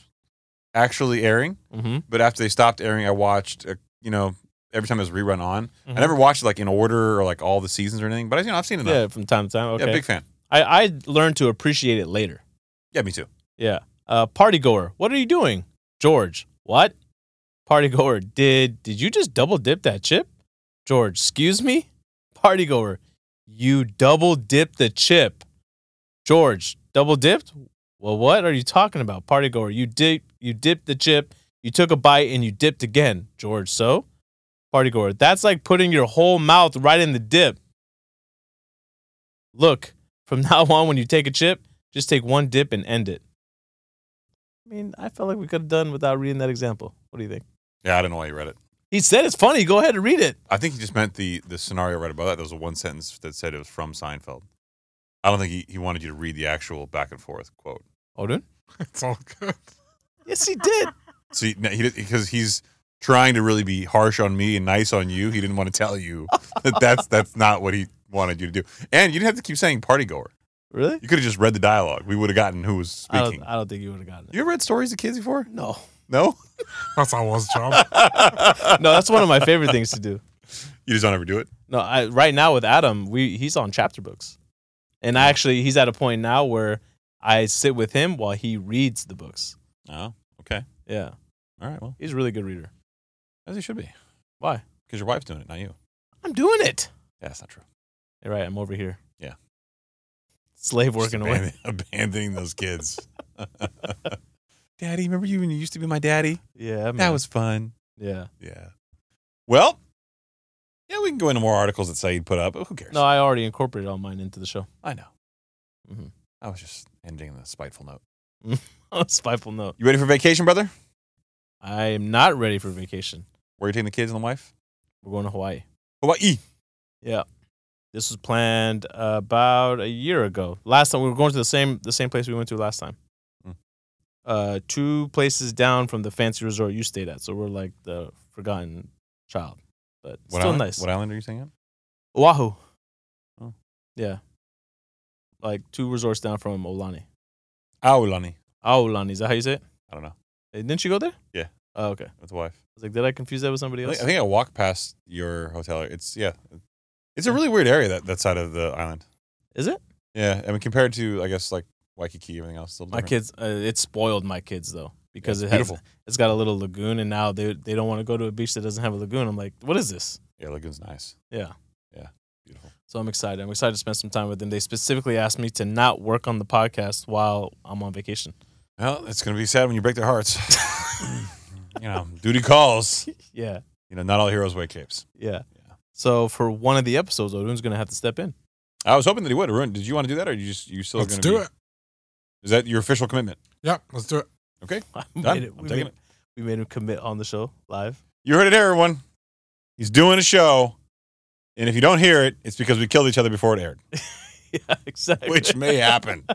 Speaker 1: actually airing,
Speaker 2: Mm-hmm.
Speaker 1: but after they stopped airing, I watched. Uh, you know, every time it was rerun on,
Speaker 2: Mhm.
Speaker 1: I never watched it like in order or like all the seasons or anything. But I, you know, I've seen it.
Speaker 2: Yeah, from time to time. Okay.
Speaker 1: yeah, big fan.
Speaker 2: I, I learned to appreciate it later.
Speaker 1: Yeah, me too.
Speaker 2: Yeah. Uh, party goer, what are you doing? George, what? Party goer, did did you just double dip that chip? George, excuse me? Party goer, you double dipped the chip. George, double dipped? Well, what are you talking about? Party goer, you dip you dipped the chip, you took a bite and you dipped again. George, so? Party goer, that's like putting your whole mouth right in the dip. Look, from now on when you take a chip, just take one dip and end it. I mean, I felt like we could have done without reading that example. What do you think?
Speaker 1: Yeah, I don't know why you read it.
Speaker 2: He said it's funny. Go ahead and read it.
Speaker 1: I think he just meant the the scenario right above that. There was a one sentence that said it was from Seinfeld. I don't think he, he wanted you to read the actual back and forth quote.
Speaker 2: Odin?
Speaker 3: It's all good.
Speaker 2: Yes, he did.
Speaker 1: So he, he did- because he's trying to really be harsh on me and nice on you, he didn't want to tell you that that's that's not what he wanted you to do. And you didn't have to keep saying party goer.
Speaker 2: really?
Speaker 1: You could have just read the dialogue. We would have gotten who was
Speaker 2: I
Speaker 1: speaking.
Speaker 2: don't, I don't think you would have gotten it.
Speaker 1: you ever read stories to kids before?
Speaker 2: No.
Speaker 1: No.
Speaker 3: That's all was job.
Speaker 2: No, that's one of my favorite things to do.
Speaker 1: you just don't ever do it.
Speaker 2: No, I, right now with Adam, we he's on chapter books. And I actually, he's at a point now where I sit with him while he reads the books.
Speaker 1: Oh, okay.
Speaker 2: Yeah.
Speaker 1: All right. Well,
Speaker 2: He's a really good reader.
Speaker 1: as you should be,
Speaker 2: Why?
Speaker 1: because your wife's doing it, not you.
Speaker 2: I'm doing it.
Speaker 1: Yeah, that's not true.
Speaker 2: You're right. I'm over here.
Speaker 1: Yeah.
Speaker 2: Slave
Speaker 1: Just
Speaker 2: working away.
Speaker 1: aban- Abandoning those kids. daddy, remember you when you used to be my daddy?
Speaker 2: Yeah.
Speaker 1: That
Speaker 2: man.
Speaker 1: was fun.
Speaker 2: Yeah.
Speaker 1: Yeah. Well, yeah, we can go into more articles that Saeed put up. Who cares?
Speaker 2: No, I already incorporated all mine into the show.
Speaker 1: I know.
Speaker 2: Mhm.
Speaker 1: I was just ending on a spiteful note.
Speaker 2: On a spiteful note.
Speaker 1: You ready for vacation, brother?
Speaker 2: I am not ready for vacation.
Speaker 1: Where you taking the kids and the wife?
Speaker 2: We're going to Hawaii.
Speaker 1: Hawaii.
Speaker 2: This was planned about a year ago. Last time we were going to the same the same place we went to last time.
Speaker 1: Mm.
Speaker 2: Uh, two places down from the fancy resort you stayed at, so we're like the forgotten child, but
Speaker 1: What
Speaker 2: still
Speaker 1: island?
Speaker 2: nice.
Speaker 1: What island are you staying on?
Speaker 2: Oahu.
Speaker 1: Oh.
Speaker 2: Yeah. Like two resorts down from Olani.
Speaker 1: Aulani.
Speaker 2: Aulani, is that how you say it?
Speaker 1: I don't know.
Speaker 2: Hey, Didn't you go there?
Speaker 1: Yeah.
Speaker 2: Oh, okay. I
Speaker 1: With the wife.
Speaker 2: was like, did I confuse that with somebody
Speaker 1: I
Speaker 2: else?
Speaker 1: think, I think I walked past your hotel. It's yeah. It's a really weird area that, that side of the island.
Speaker 2: Is it?
Speaker 1: Yeah. I mean compared to I guess like Waikiki, everything else. It's a little
Speaker 2: My
Speaker 1: different.
Speaker 2: kids, uh, it spoiled my kids though because
Speaker 1: Yeah,
Speaker 2: it
Speaker 1: it's
Speaker 2: has
Speaker 1: beautiful.
Speaker 2: it's got a little lagoon, and now they they don't want to go to a beach that doesn't have a lagoon. I'm like, what is this?
Speaker 1: Yeah, Lagoon's nice.
Speaker 2: Yeah.
Speaker 1: Yeah. Beautiful.
Speaker 2: So I'm excited. I'm excited to spend some time with them. They specifically asked me to not work on the podcast while I'm on vacation.
Speaker 1: Well, it's gonna be sad when you break their hearts. you know, duty calls.
Speaker 2: Yeah,
Speaker 1: You know, not all heroes wear capes.
Speaker 2: yeah.
Speaker 1: Yeah.
Speaker 2: So for one of the episodes, Odun's gonna have to step in.
Speaker 1: I was hoping that he would. Arun, did you want to do that, or you just you still
Speaker 3: Let's
Speaker 1: gonna
Speaker 3: do
Speaker 1: be-
Speaker 3: it.
Speaker 1: Is that your official commitment?
Speaker 3: Yep, let's do it.
Speaker 2: I
Speaker 1: Done.
Speaker 2: made it.
Speaker 1: I'm
Speaker 2: We,
Speaker 1: taking
Speaker 2: made, we made him commit on the show live.
Speaker 1: You heard it, here, everyone. He's doing a show, and if you don't hear it, it's because we killed each other before it aired,
Speaker 2: yeah, exactly.
Speaker 1: which may happen.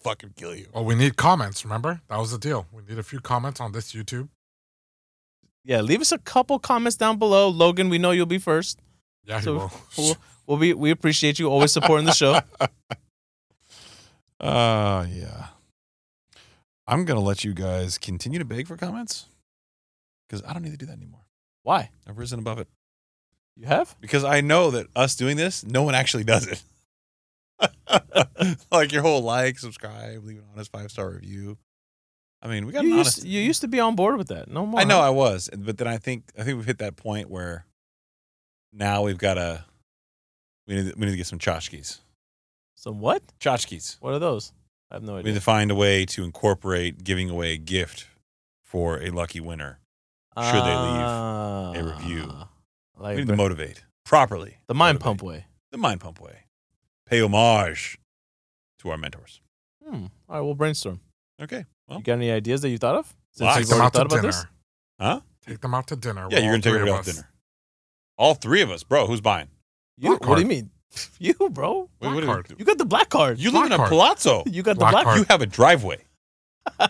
Speaker 1: Fucking kill you.
Speaker 3: Well, we need comments, remember? That was the deal. We need a few comments on this YouTube.
Speaker 2: yeah, leave us a couple comments down below, Logan. We know you'll be first.
Speaker 3: Yeah, he
Speaker 2: So-
Speaker 3: will.
Speaker 2: We'll, we'll be. We appreciate you always supporting the show.
Speaker 1: Uh yeah. I'm gonna let you guys continue to beg for comments because I don't need to do that anymore.
Speaker 2: Why?
Speaker 1: I've risen above it.
Speaker 2: You have?
Speaker 1: because I know that us doing this, no one actually does it. like your whole like, subscribe, leave an honest five star review. I mean, we got
Speaker 2: You
Speaker 1: an
Speaker 2: used,
Speaker 1: honest.
Speaker 2: you used to be on board with that. No more.
Speaker 1: I know
Speaker 2: huh?
Speaker 1: I was, but then I think I think we've hit that point where now we've got to we need we need to get some tchotchkes.
Speaker 2: Some what?
Speaker 1: Tchotchkes.
Speaker 2: What are those? I have no
Speaker 1: We need
Speaker 2: idea.
Speaker 1: to find a way to incorporate giving away a gift for a lucky winner. should they leave
Speaker 2: leave
Speaker 1: review?
Speaker 2: Ah, Like
Speaker 1: We need
Speaker 2: the,
Speaker 1: to motivate properly.
Speaker 2: the mind
Speaker 1: Motivate.
Speaker 2: pump way.
Speaker 1: The mind pump way. Pay homage to our mentors.
Speaker 2: Hmm. All right, we'll brainstorm.
Speaker 1: Okay. Well,
Speaker 2: You got any ideas that you thought of?
Speaker 1: Lots.
Speaker 3: Take
Speaker 2: you've
Speaker 3: them
Speaker 2: already
Speaker 3: out to
Speaker 2: thought
Speaker 3: dinner.
Speaker 2: about this?
Speaker 1: Huh?
Speaker 3: Take them out to dinner.
Speaker 1: Yeah, you're
Speaker 3: We're all
Speaker 1: gonna take
Speaker 3: three
Speaker 1: everybody
Speaker 3: of
Speaker 1: out to
Speaker 3: us.
Speaker 1: dinner. All three of us, bro. Who's buying?
Speaker 2: You,
Speaker 3: Black
Speaker 2: what do
Speaker 3: card.
Speaker 2: you mean? you, bro.
Speaker 1: Wait, what
Speaker 3: Black
Speaker 1: do we-
Speaker 2: You got the black card.
Speaker 1: You live in a
Speaker 3: Black card.
Speaker 1: palazzo.
Speaker 2: You got the
Speaker 3: Black
Speaker 2: black
Speaker 3: card.
Speaker 1: You have a driveway.
Speaker 2: You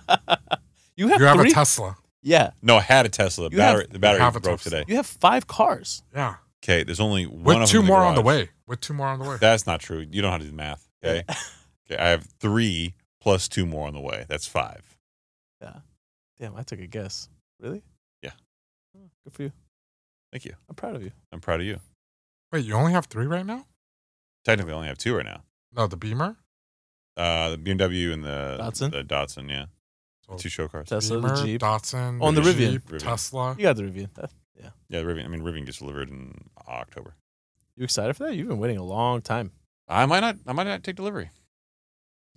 Speaker 2: have
Speaker 3: You have
Speaker 2: three.
Speaker 3: a Tesla.
Speaker 2: yeah.
Speaker 1: No, I had a Tesla. The
Speaker 2: You have-
Speaker 1: battery, the battery
Speaker 3: have a
Speaker 1: broke
Speaker 3: Tesla.
Speaker 1: today.
Speaker 2: You have five cars.
Speaker 3: Yeah.
Speaker 1: Okay, there's only one.
Speaker 3: With
Speaker 1: of
Speaker 3: two
Speaker 1: them in
Speaker 3: more on the
Speaker 1: garage.
Speaker 3: way. With two more on the way.
Speaker 1: That's not true. You don't know how to do the math. Okay. okay, I have three plus two more on the way. That's five.
Speaker 2: Damn, I took a guess. Really?
Speaker 1: Yeah.
Speaker 2: Oh, Good for you.
Speaker 1: Thank you.
Speaker 2: I'm proud of you.
Speaker 1: I'm proud of you.
Speaker 3: Wait, you only have three right now?
Speaker 1: Technically, I only have two right now.
Speaker 3: No, the Beamer.
Speaker 1: Uh, the BMW and the
Speaker 2: Datsun?
Speaker 1: The Datsun, yeah.
Speaker 3: So
Speaker 1: Two show cars.
Speaker 2: Tesla,
Speaker 3: Beamer,
Speaker 2: the Jeep.
Speaker 3: Datsun,
Speaker 2: Oh, and the Rivian.
Speaker 3: Jeep,
Speaker 1: Rivian.
Speaker 3: Tesla.
Speaker 2: You got the Rivian. That-
Speaker 1: Yeah, the Rivian. I mean, Rivian gets delivered in October.
Speaker 2: You excited for that? You've been waiting a long time.
Speaker 1: I might not. I might not take delivery.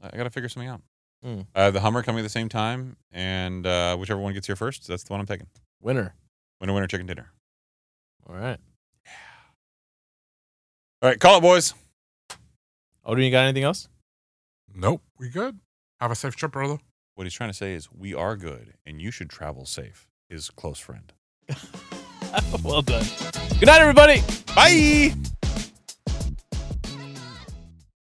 Speaker 1: I, I got to figure something out.
Speaker 2: Mm.
Speaker 1: I have the Hummer coming at the same time, and uh, whichever one gets here first, that's the one I'm taking.
Speaker 2: Winner.
Speaker 1: Winner, winner, chicken dinner.
Speaker 2: All right.
Speaker 1: All right, call it, boys.
Speaker 2: Odin, you got anything else?
Speaker 3: Nope, we good. Have a safe trip, brother.
Speaker 1: What he's trying to say is, we are good, and you should travel safe. His close friend.
Speaker 2: well done. Good night, everybody.
Speaker 1: Bye.